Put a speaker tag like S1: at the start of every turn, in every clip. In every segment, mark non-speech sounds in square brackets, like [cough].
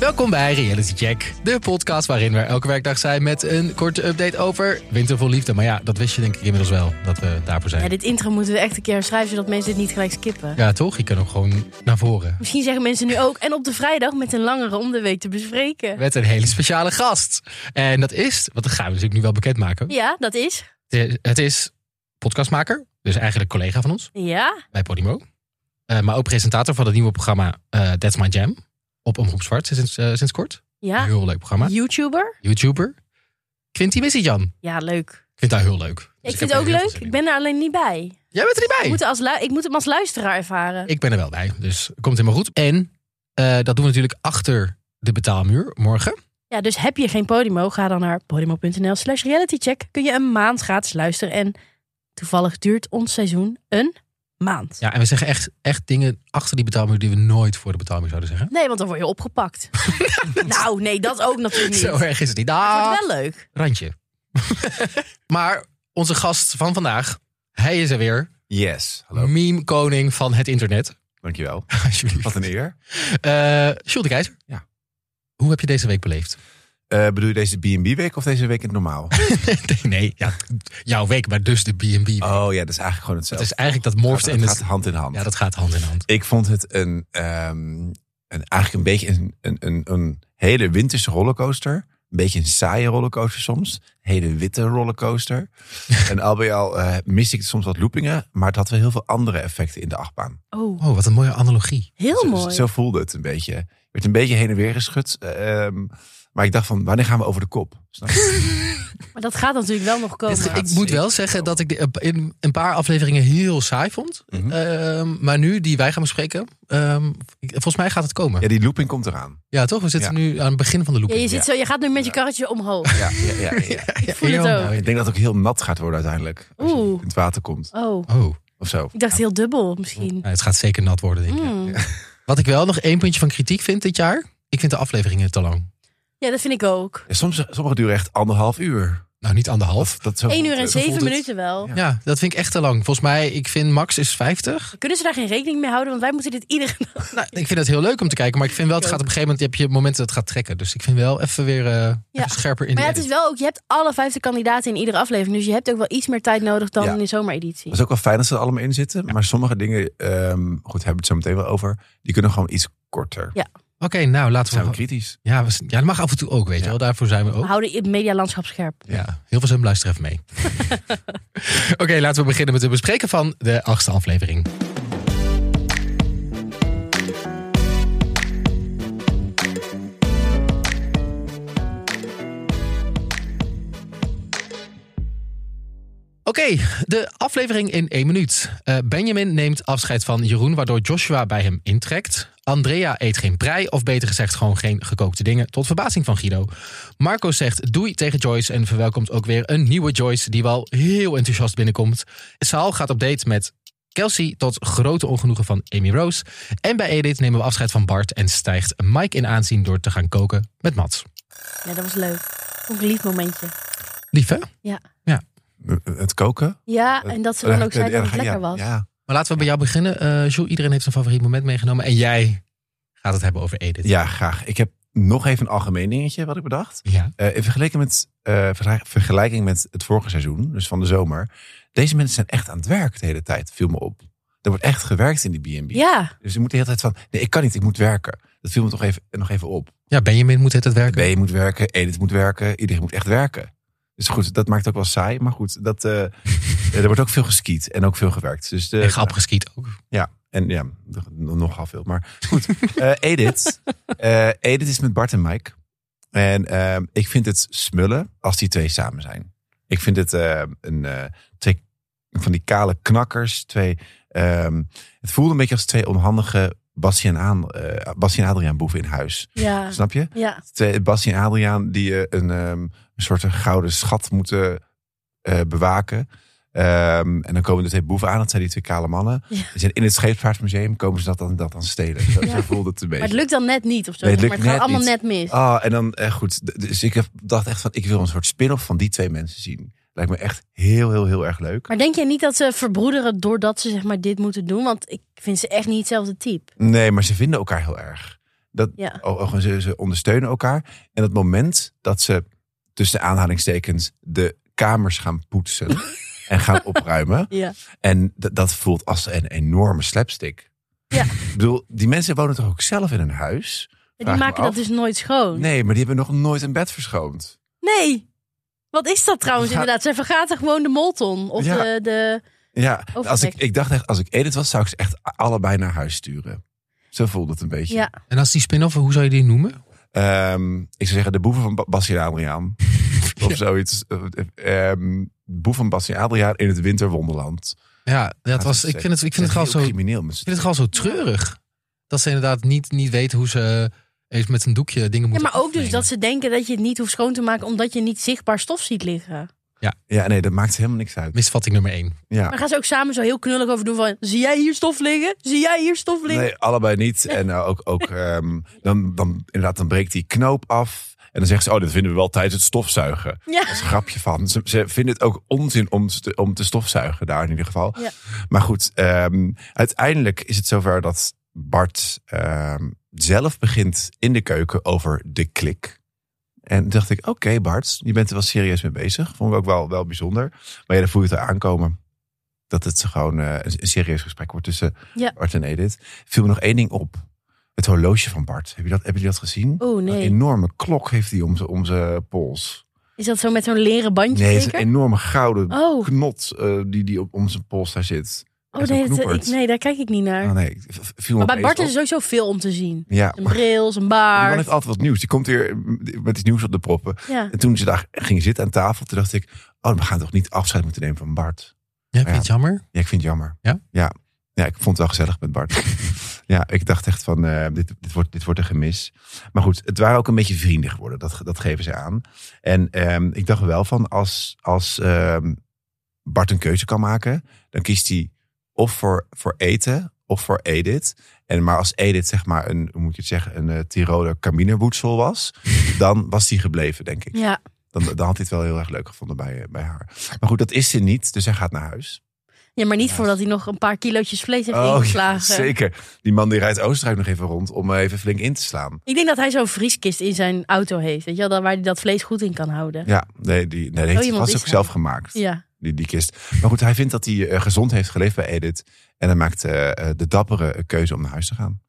S1: Welkom bij Reality Check, de podcast waarin we elke werkdag zijn met een korte update over Wintervol Liefde. Maar ja, dat wist je denk ik inmiddels wel, dat we daarvoor
S2: Ja,
S1: zijn.
S2: dit intro moeten we echt een keer herschrijven, zodat mensen dit niet gelijk skippen.
S1: Ja, toch? Je kan ook gewoon naar voren.
S2: Misschien zeggen mensen nu ook, en op de vrijdag met een langere om de week te bespreken.
S1: Met een hele speciale gast. En dat is, want dat gaan we natuurlijk nu wel bekendmaken.
S2: Ja, dat is.
S1: De- Het is podcastmaker, dus eigenlijk collega van ons
S2: Ja,
S1: bij Podimo. Eh, maar ook presentator van het nieuwe programma eh, That's My Jam op Omroep Zwart sinds, eh, sinds kort.
S2: ja.
S1: Heel leuk programma.
S2: YouTuber.
S1: YouTuber. Quinty Missiejan.
S2: Ja, leuk.
S1: Ik vind dat heel leuk. Dus
S2: ik
S1: heb
S2: vind het
S1: er
S2: ook
S1: heel veel
S2: leuk.
S1: zin
S2: Ik
S1: in.
S2: ben er alleen niet bij.
S1: Jij bent er niet bij.
S2: Ik moet, er als lu- ik moet hem als luisteraar ervaren.
S1: Ik ben er wel bij, dus komt helemaal goed. En eh, dat doen we natuurlijk achter de betaalmuur morgen.
S2: Ja, dus heb je geen Podimo, ga dan naar podimo.nl slash realitycheck. Kun je een maand gratis luisteren. En toevallig duurt ons seizoen een maand.
S1: Ja, en we zeggen echt, echt dingen achter die betaalmuur die we nooit voor de betaalmuur zouden zeggen.
S2: Nee, want dan word je
S1: [laughs]
S2: opgepakt. nou, nee, dat ook natuurlijk niet.
S1: Zo erg is het niet.
S2: Het
S1: Ah,
S2: wordt wel leuk.
S1: randje. [laughs] maar onze gast van vandaag, hij is er weer.
S3: Yes, hallo.
S1: Meme koning van het internet. [laughs]
S3: Dankjewel.
S1: Mm. Alsjeblieft.
S3: Wat een eer.
S1: Eh, Sjoerd de Keizer.
S3: Ja.
S1: Hoe heb je deze week
S3: [laughs]
S1: beleefd?
S3: Eh, bedoel je deze B&B-week of deze week in het
S1: [laughs]
S3: normaal?
S1: nee, ja, jouw week, maar dus de B&B.
S3: Oh ja, dat is eigenlijk gewoon
S1: het
S3: hetzelfde.
S1: is eigenlijk dat morft
S3: het
S1: in
S3: gaat,
S1: het...
S3: hand in hand.
S1: Ja, dat gaat hand in hand.
S3: Ik vond het een, ehm, een, eigenlijk een beetje een, een, een, een hele winterse rollercoaster. Een beetje een saaie rollercoaster soms. Een hele witte
S1: [laughs]
S3: rollercoaster. en al bij al eh, mis ik soms wat loopingen. Maar het had wel heel veel andere effecten in de achtbaan.
S2: Oh,
S1: Oh, wat een mooie analogie.
S2: heel
S3: Zo-
S2: mooi.
S3: Zo voelde het een beetje. Je werd een beetje heen en weer geschud. ehm, maar ik dacht van, wanneer gaan we over de kop? Snap
S1: [laughs]
S3: je?
S2: Maar dat gaat natuurlijk wel nog komen.
S3: Dit gaat-
S1: Ik moet wel
S3: Zeker
S1: zeggen
S3: zo.
S1: dat ik de- in een paar afleveringen heel saai vond.
S3: Mhm.
S1: Ehm, maar nu, die wij gaan bespreken, ehm, ik- volgens mij gaat het komen.
S3: ja,
S1: Ja,
S3: die looping komt eraan.
S1: toch? We zitten
S3: Ja.
S1: nu aan het begin van de loop.
S2: Ja, je, zit zo, je gaat nu met je karretje omhoog.
S3: Ja, ja, ja, ja. [laughs]
S2: Ik voel het ook.
S3: Oh, Ik denk dat het ook heel nat gaat worden uiteindelijk. Als je
S2: Oeh.
S3: in het water komt
S2: Oh,
S1: Oh,
S3: of zo.
S2: ik dacht heel dubbel misschien.
S1: nou, het gaat zeker nat worden, denk ik.
S2: Mm.
S1: Wat ik wel nog één puntje van kritiek vind dit jaar. Ik vind de afleveringen te lang.
S2: Ja, dat vind ik ook.
S3: Ja, soms, sommige duren echt anderhalf uur.
S1: Nou, niet anderhalf.
S3: Dat, dat zo,
S2: 1 uur en
S3: zo voelt
S2: 7
S3: het.
S2: minuten wel.
S3: Ja.
S1: Ja, dat vind ik echt te lang. Volgens mij, ik vind max is 50.
S2: Kunnen ze daar geen rekening mee houden? Want wij moeten dit iedere dag.
S1: Nou, ik vind het heel leuk om te kijken. Maar ik vind wel, het gaat op een gegeven moment heb je momenten dat het gaat trekken. Dus ik vind wel even weer eh, even scherper in
S2: Maar ja,
S1: de
S2: het is
S1: edit.
S2: wel ook, je hebt alle 50 kandidaten in iedere aflevering. Dus je hebt ook wel iets meer tijd nodig dan
S3: Ja.
S2: in de
S3: Het
S2: zomereditie.
S3: is ook wel fijn dat ze er allemaal in zitten. Maar sommige dingen, ehm, goed, hebben we het zo meteen wel over. Die kunnen gewoon iets korter.
S2: Ja.
S1: Oké, nou laten
S3: Zijn
S1: we...
S3: we kritisch?
S1: Ja, we- ja, dat mag af en toe ook, weet je
S3: Ja.
S1: wel. Daarvoor zijn we ook.
S2: We houden het medialandschap scherp.
S1: Ja, heel veel zin, luister even mee. Oké, laten we beginnen met het bespreken van de achtste aflevering. Oké, de aflevering in één minuut. Eh, Benjamin neemt afscheid van Jeroen, waardoor Joshua bij hem intrekt. Andrea eet geen prei, of beter gezegd gewoon geen gekookte dingen, tot verbazing van Guido. Marco zegt doei tegen Joyce en verwelkomt ook weer een nieuwe Joyce die wel heel enthousiast binnenkomt. Saal gaat op date met Kelsey tot grote ongenoegen van Amy Rose. En bij Edith nemen we afscheid van Bart en stijgt Mike in aanzien door te gaan koken met Mats.
S2: Ja, dat was leuk. Vond ik een lief momentje.
S1: Lief hè?
S3: Eh, Het koken?
S2: Ja, en dat ze dan ook zei dat het
S3: Ja,
S2: lekker was.
S3: Ja,
S1: Maar laten we bij jou beginnen. Eh Jules, iedereen heeft een favoriet moment meegenomen en jij gaat het hebben over Edith.
S3: ja, graag. Ik heb nog even een algemeen dingetje wat ik bedacht.
S1: Ja.
S3: Eh, in vergelijking met, eh, vergelijk- vergelijking met het vorige seizoen, dus van de zomer. Deze mensen zijn echt aan het werk de hele tijd, viel me op. Er wordt echt gewerkt in die B&B.
S2: Ja,
S3: Dus je moet de hele tijd van, nee, ik kan niet, ik moet werken. Dat viel me toch even, nog even op.
S1: ja, Benjamin moet het het werken.
S3: B moet werken, Edith moet werken, iedereen moet echt werken. Dus goed, dat maakt ook wel saai. Maar goed, dat, eh, [laughs] er wordt ook veel geskiet en ook veel gewerkt. Dus de,
S1: En geapgeskiet ook.
S3: ja, en ja, nog- nogal veel. Maar goed, eh, Edith. Eh, Edith is met Bart en Mike. En eh, ik vind het smullen als die twee samen zijn. Ik vind het eh, een, eh, twee van die kale knakkers. Twee, ehm, het voelde een beetje als twee onhandige Bassie en, Aan, eh, Bassie en Adriaan boeven in huis.
S2: ja,
S3: Snap je?
S2: ja.
S3: Twee, Bassie en Adriaan die eh, een, ehm, een soort gouden schat moeten eh, bewaken. Eh, Ehm, en dan komen er twee boeven aan, dat zijn die twee kale mannen.
S2: Ja.
S3: Die zijn in het scheepvaartmuseum komen ze dat dan, dat dan
S2: [laughs]
S3: stelen. Zo,
S2: Ja.
S3: zo voelde het een beetje.
S2: Maar het lukt dus. dan net niet of zo.
S3: Nee, het
S2: zeg maar
S3: lukt
S2: het gaat
S3: net
S2: allemaal
S3: niet.
S2: net mis.
S3: Ah, en dan eh, goed. d- Dus ik heb, dacht echt van, ik wil een soort spin-off van die twee mensen zien. Lijkt me echt heel, heel, heel erg leuk.
S2: Maar denk jij niet dat ze verbroederen doordat ze zeg maar dit moeten doen? Want ik vind ze echt niet hetzelfde type.
S3: Nee, maar ze vinden elkaar heel erg. Dat,
S2: Ja.
S3: o- o- ze, ze ondersteunen elkaar. En het moment dat ze tussen aanhalingstekens de kamers gaan
S2: [laughs]
S3: poetsen en gaan opruimen.
S2: Ja.
S3: En d- dat voelt als een enorme slapstick.
S2: Ja.
S3: Ik bedoel, die mensen wonen toch ook zelf in hun huis?
S2: Die
S3: Vraag me
S2: maken dat
S3: af.
S2: dus nooit schoon.
S3: Nee, maar die hebben nog nooit een bed verschoond.
S2: Nee. Wat is dat trouwens
S3: Ja.
S2: inderdaad? Zij vergaten gewoon de molton. Of
S3: Ja.
S2: de, de...
S3: Ja,
S2: Overgek.
S3: als ik, ik dacht echt, als ik Edith was, zou ik ze echt allebei naar huis sturen. Zo voelde het een beetje.
S2: Ja.
S1: En als die spin-off, hoe zou je die noemen?
S3: Ehm, ik zou zeggen, de boeven van Ba- Bassie en
S2: [laughs]
S3: Adriaan. Of zoiets. Eh, ehm, boef van Bassie en Adriaan in het winterwonderland.
S1: Ja, dat
S3: Laat
S1: was,
S3: het
S1: ik vind het, ik vind het
S3: Heel
S1: gewoon zo, ik
S3: crimineel. met z'n
S1: vind het gewoon zo treurig. Dat ze inderdaad niet, niet weten hoe ze eens met een doekje dingen
S2: ja,
S1: moeten
S2: maar ook dus
S1: afnemen.
S2: dat ze denken dat je het niet hoeft schoon te maken... omdat je niet zichtbaar stof ziet liggen.
S3: tweeën. Ja, nee, dat maakt helemaal niks uit.
S1: Misvatting nummer één.
S3: Ja.
S2: Maar gaan ze ook samen zo heel knullig over doen van... zie jij hier stof liggen? Zie jij hier stof liggen?
S3: Nee, allebei niet. En eh, ook, ook ehm, dan, dan, inderdaad, dan breekt die knoop af. En dan zeggen ze, oh, dat vinden we wel tijdens het stofzuigen.
S2: Ja.
S3: Dat is een grapje van. Ze, ze vinden het ook onzin om te, om te stofzuigen daar in ieder geval.
S2: Ja.
S3: Maar goed, ehm, uiteindelijk is het zover dat Bart ehm, zelf begint in de keuken over de klik. En toen dacht ik, oké Bart, je bent er wel serieus mee bezig. Vond ik ook wel, wel bijzonder. Maar ja, dan voel je het er aankomen. Dat het gewoon eh, een, een serieus gesprek wordt tussen
S2: Ja.
S3: Bart en Edith. Viel me nog één ding op. Het horloge van Bart. Heb je dat, heb je dat gezien?
S2: Oh
S3: Een
S2: nee.
S3: enorme klok heeft hij om zijn- om zijn pols.
S2: Is dat zo met zo'n leren bandje
S3: Nee, het is
S2: zeker?
S3: een enorme gouden
S2: Oh,
S3: knot eh, die, die op, om zijn pols daar zit.
S2: oh
S3: echt een
S2: nee, dat-
S3: knoepert.
S2: ik, nee, daar kijk ik niet naar.
S3: Oh nee, ik v- viel me
S2: maar bij
S3: opeens
S2: Bart is er
S3: op.
S2: sowieso veel om te zien.
S3: Ja,
S2: Een
S3: maar
S2: bril, zijn
S3: die man
S2: baard.
S3: heeft altijd wat nieuws. Die komt weer met iets nieuws op de proppen.
S2: Ja.
S3: En toen ze daar ging zitten aan tafel, toen dacht ik... Oh, we gaan toch niet afscheid moeten nemen van Bart?
S1: Ja, vind je het jammer?
S3: [laughs] Ja, ik vind het jammer.
S1: Ja?
S3: Ja, ja ik vond het wel gezellig met Bart. ja, ik dacht echt van, eh, dit, dit, wordt, dit wordt een gemis. Maar goed, het waren ook een beetje vrienden geworden. Dat, ge- dat geven ze aan. En ehm, ik dacht er wel van, als, als ehm, Bart een keuze kan maken... dan kiest hij of voor, voor eten of voor Edith. En, maar als Edith, zeg maar, een, hoe moet je het zeggen... een eh Tiroler kaminerwoedsel was... dan was hij gebleven, denk ik.
S2: ja.
S3: Dan, dan had hij het wel heel erg leuk gevonden bij, eh, bij haar. Maar goed, dat is ze niet, dus hij gaat naar huis.
S2: ja, maar niet
S3: Ja.
S2: voordat hij nog een paar kilootjes vlees [laughs] heeft
S3: Oh, ja,
S2: ingeslagen.
S3: zeker. Die man die rijdt Oostenrijk nog even rond om eh, even flink in te slaan.
S2: Ik denk dat hij zo'n vrieskist in zijn auto heeft. Weet je wel, daar waar hij dat vlees goed in kan houden.
S3: Ja, nee, die, nee, die heeft hij
S2: Oh, iemand
S3: vast
S2: is
S3: ook
S2: hij.
S3: zelf gemaakt,
S2: Ja.
S3: die, die kist. Maar goed, hij vindt dat hij eh, gezond heeft geleefd bij Edith. En hij maakt eh, eh, de dappere keuze om naar huis te gaan.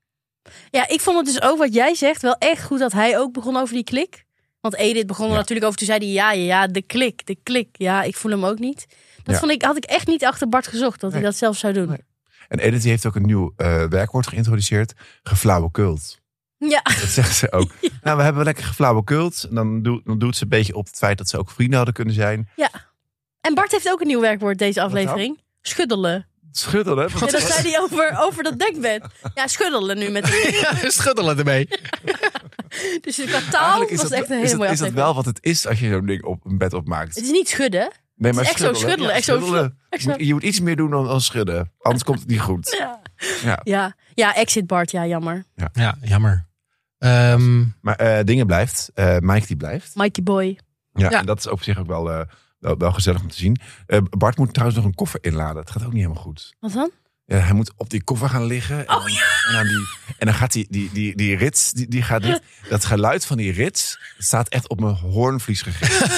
S2: ja, ik vond het dus ook wat jij zegt wel echt goed dat hij ook begon over die klik. Want Edith begon er
S3: Ja.
S2: natuurlijk over. Toen zei hij, ja, ja, ja, de klik, de klik. Ja, ik voel hem ook niet. Dat
S3: Ja.
S2: vond ik, had ik echt niet achter Bart gezocht dat
S3: Nee.
S2: hij dat zelf zou doen.
S3: Nee. En Edith die heeft ook een nieuw eh, werkwoord geïntroduceerd. Geflauwekult.
S2: Ja,
S3: Dat zegt
S2: [laughs]
S3: ze ook. Nou, we hebben lekker geflauwekult. En dan, doe, dan doet ze een beetje op het feit dat ze ook vrienden hadden kunnen zijn.
S2: en Bart heeft ook een nieuw werkwoord deze
S3: dan?
S2: aflevering. Schuddelen.
S3: Schuddelen.
S2: Ja, dat zei hij over, over dat dekbed. Ja, schuddelen nu met
S3: [laughs]
S1: Ja, schuddelen ermee.
S2: [laughs] Dus qua taal was het echt een hele
S3: is dat,
S2: mooie
S3: is dat
S2: aflevering.
S3: wel wat het is als je zo'n ding op een bed opmaakt?
S2: Het is niet schudden.
S3: Nee, maar
S2: is echt zo schuddelen, echt zo echt
S3: Je, moet, je moet iets meer doen dan, dan schudden. Anders komt het niet goed.
S2: Ja.
S3: Ja.
S2: Ja. ja, exit Bart, ja, jammer.
S1: Ja, jammer. Ehm,
S3: Maar eh, dingen blijft. Eh, Mike die blijft.
S2: Mikey Boy.
S3: Ja,
S1: Ja.
S3: En dat is op zich ook wel, eh, wel, wel gezellig om te zien. Eh, Bart moet trouwens nog een koffer inladen. Dat gaat ook niet helemaal goed.
S2: Wat dan?
S3: Ja, hij moet op die koffer gaan liggen.
S2: Oh,
S3: En, dan, en, dan, die, en dan gaat die, die, die, die rits, die, die gaat niet. Dat geluid van die rits staat echt op mijn hoornvlies
S2: [laughs]
S3: gegeven.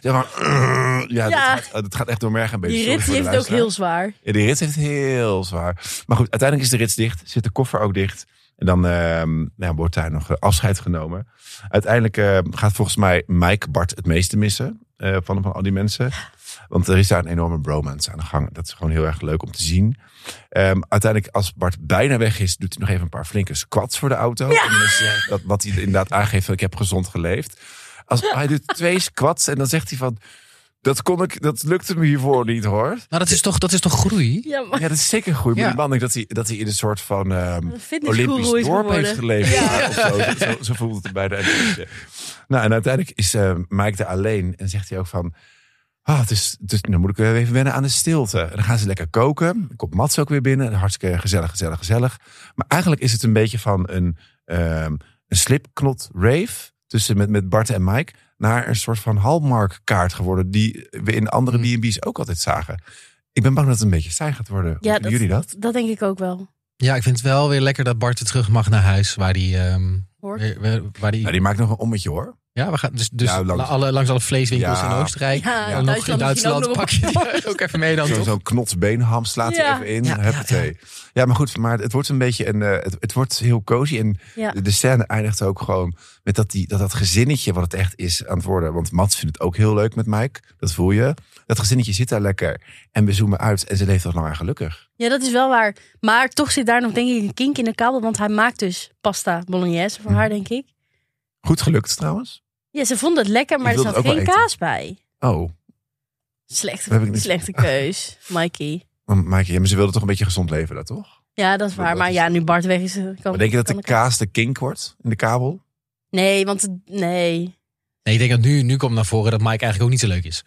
S3: zeg maar, [clears throat] ja,
S2: Ja.
S3: Dat, gaat, dat gaat echt door merg en been.
S2: Die
S3: Sorry
S2: rit
S3: voor
S2: die
S3: de
S2: heeft het ook
S3: luisteraar.
S2: heel zwaar.
S3: Ja, die rits heeft het heel zwaar. Maar goed, uiteindelijk is de rits dicht. Zit de koffer ook dicht. En dan ehm, nou, wordt daar nog eh, afscheid genomen. Uiteindelijk eh, gaat volgens mij Mike Bart het meeste missen. eh, van, van al die mensen. Want er is daar een enorme bromance aan de gang. Dat is gewoon heel erg leuk om te zien. Ehm, uiteindelijk, als Bart bijna weg is, doet hij nog even een paar flinke squats voor de auto. En dan is, eh, dat, wat hij inderdaad aangeeft van ik heb gezond geleefd. Als, hij doet twee squats en dan zegt hij van... Dat, kon ik, dat lukte me hiervoor niet hoor.
S1: nou, dat is, toch, dat is toch groei?
S2: Ja, maar [laughs]
S3: Ja, dat is zeker goed. Maar
S1: Ja.
S3: die man, ik- dat hij, dat hij in een soort van ehm,
S2: een fitnessguru
S3: Olympisch
S2: is
S3: dorp heeft
S2: geworden.
S3: geleefd.
S2: Ja.
S3: Of zo. Zo, zo, zo voelt het er bij de NPC. Nou, en uiteindelijk is eh Mike er alleen. En zegt hij ook van... Ah, het is, het is- dan moet ik weer even wennen aan de stilte. En dan gaan ze lekker koken. Ik kom Mats ook weer binnen. Hartstikke gezellig, gezellig, gezellig. Maar eigenlijk is het een beetje van een, ehm, een slipknot rave tussen met, met Bart en Mike naar een soort van Hallmark kaart geworden die we in andere
S1: Hmm.
S3: B&B's ook altijd zagen. Ik ben bang dat het een beetje saai gaat worden. Vinden jullie dat?
S2: Dat denk ik ook wel.
S1: Ja, ik vind het wel weer lekker dat Bart weer terug mag naar huis. Waar die. ehm,
S2: Hoor.
S1: weer- weer- waar die
S3: Nou, die maakt nog een ommetje hoor.
S1: ja, we gaan dus, dus
S3: Ja, langs-
S1: la- alle, langs alle vleeswinkels
S3: Ja.
S1: in Oostenrijk.
S2: Ja,
S1: en nog in
S2: Duitsland misschien ook
S1: Duitsland
S2: nog
S1: pak je
S2: [laughs]
S1: die
S2: op.
S1: ook even mee dan.
S3: Zo-
S1: toch?
S3: Zo'n knotsbeenham slaat er
S2: Ja.
S3: even in.
S1: Ja, ja,
S3: Ja, ja, maar goed, maar het wordt een beetje een. eh, het, het wordt heel cozy. En
S2: Ja.
S3: de, de scène eindigt ook gewoon met dat, die, dat dat gezinnetje, wat het echt is aan het worden. Want Mats vindt het ook heel leuk met Mike. Dat voel je. Dat gezinnetje zit daar lekker. En we zoomen uit. En ze leeft al lang en gelukkig.
S2: Ja, dat is wel waar. Maar toch zit daar nog denk ik een kink in de kabel. Want hij maakt dus pasta bolognese voor
S3: Mhm.
S2: haar, denk ik.
S3: Goed gelukt trouwens.
S2: Ja, ze vond het lekker, maar
S3: Ik
S2: er
S3: wil
S2: zat
S3: het ook
S2: geen
S3: wel eten.
S2: kaas bij.
S3: Oh, Dat heb ik
S2: Slechte,
S3: niet.
S2: slechte keus, Mikey.
S3: maar Maaike, ja, maar ze wilde toch een beetje gezond leven, dat toch?
S2: Ja, dat is
S3: Dat-
S2: waar.
S3: dat
S2: Maar
S3: is-
S2: ja, nu Bart weg is... eh, Kan,
S3: Maar denk je dat
S2: Oh, kan
S3: de kaas de kink wordt in de kabel?
S2: Nee, want... het- Nee.
S1: Nee, ik denk dat nu, nu komt naar voren dat Mike eigenlijk ook niet zo leuk is.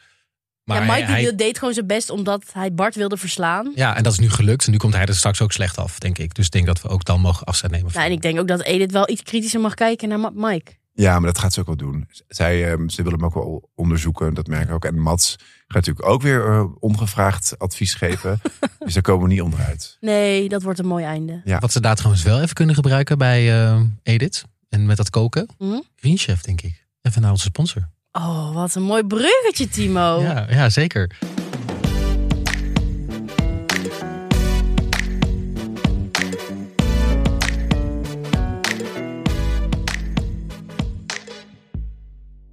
S1: Maar
S2: ja, Mikey
S1: hij,
S2: wil- deed gewoon zijn best omdat hij Bart wilde verslaan.
S1: ja, en dat is nu gelukt. En nu komt hij er straks ook slecht af, denk ik. Dus ik denk dat we ook dan mogen afstand nemen. van-
S2: Nou, en ik denk ook dat Edith wel iets kritischer mag kijken naar Ma- Mike.
S3: Ja, maar dat gaat ze ook wel doen. Z- Zij, ehm, ze willen hem ook wel onderzoeken, dat merk ik ook. En Mats gaat natuurlijk ook weer eh, ongevraagd advies
S1: [laughs]
S3: geven. dus daar komen we niet onderuit.
S2: Nee, dat wordt een mooi einde.
S3: Ja.
S1: Wat ze daar trouwens wel even kunnen gebruiken bij eh, Edith. En met dat koken.
S2: Hm?
S1: Green Chef, denk ik. Even naar onze sponsor.
S2: Oh, wat een mooi bruggetje, Timo.
S1: Ja, ja, zeker.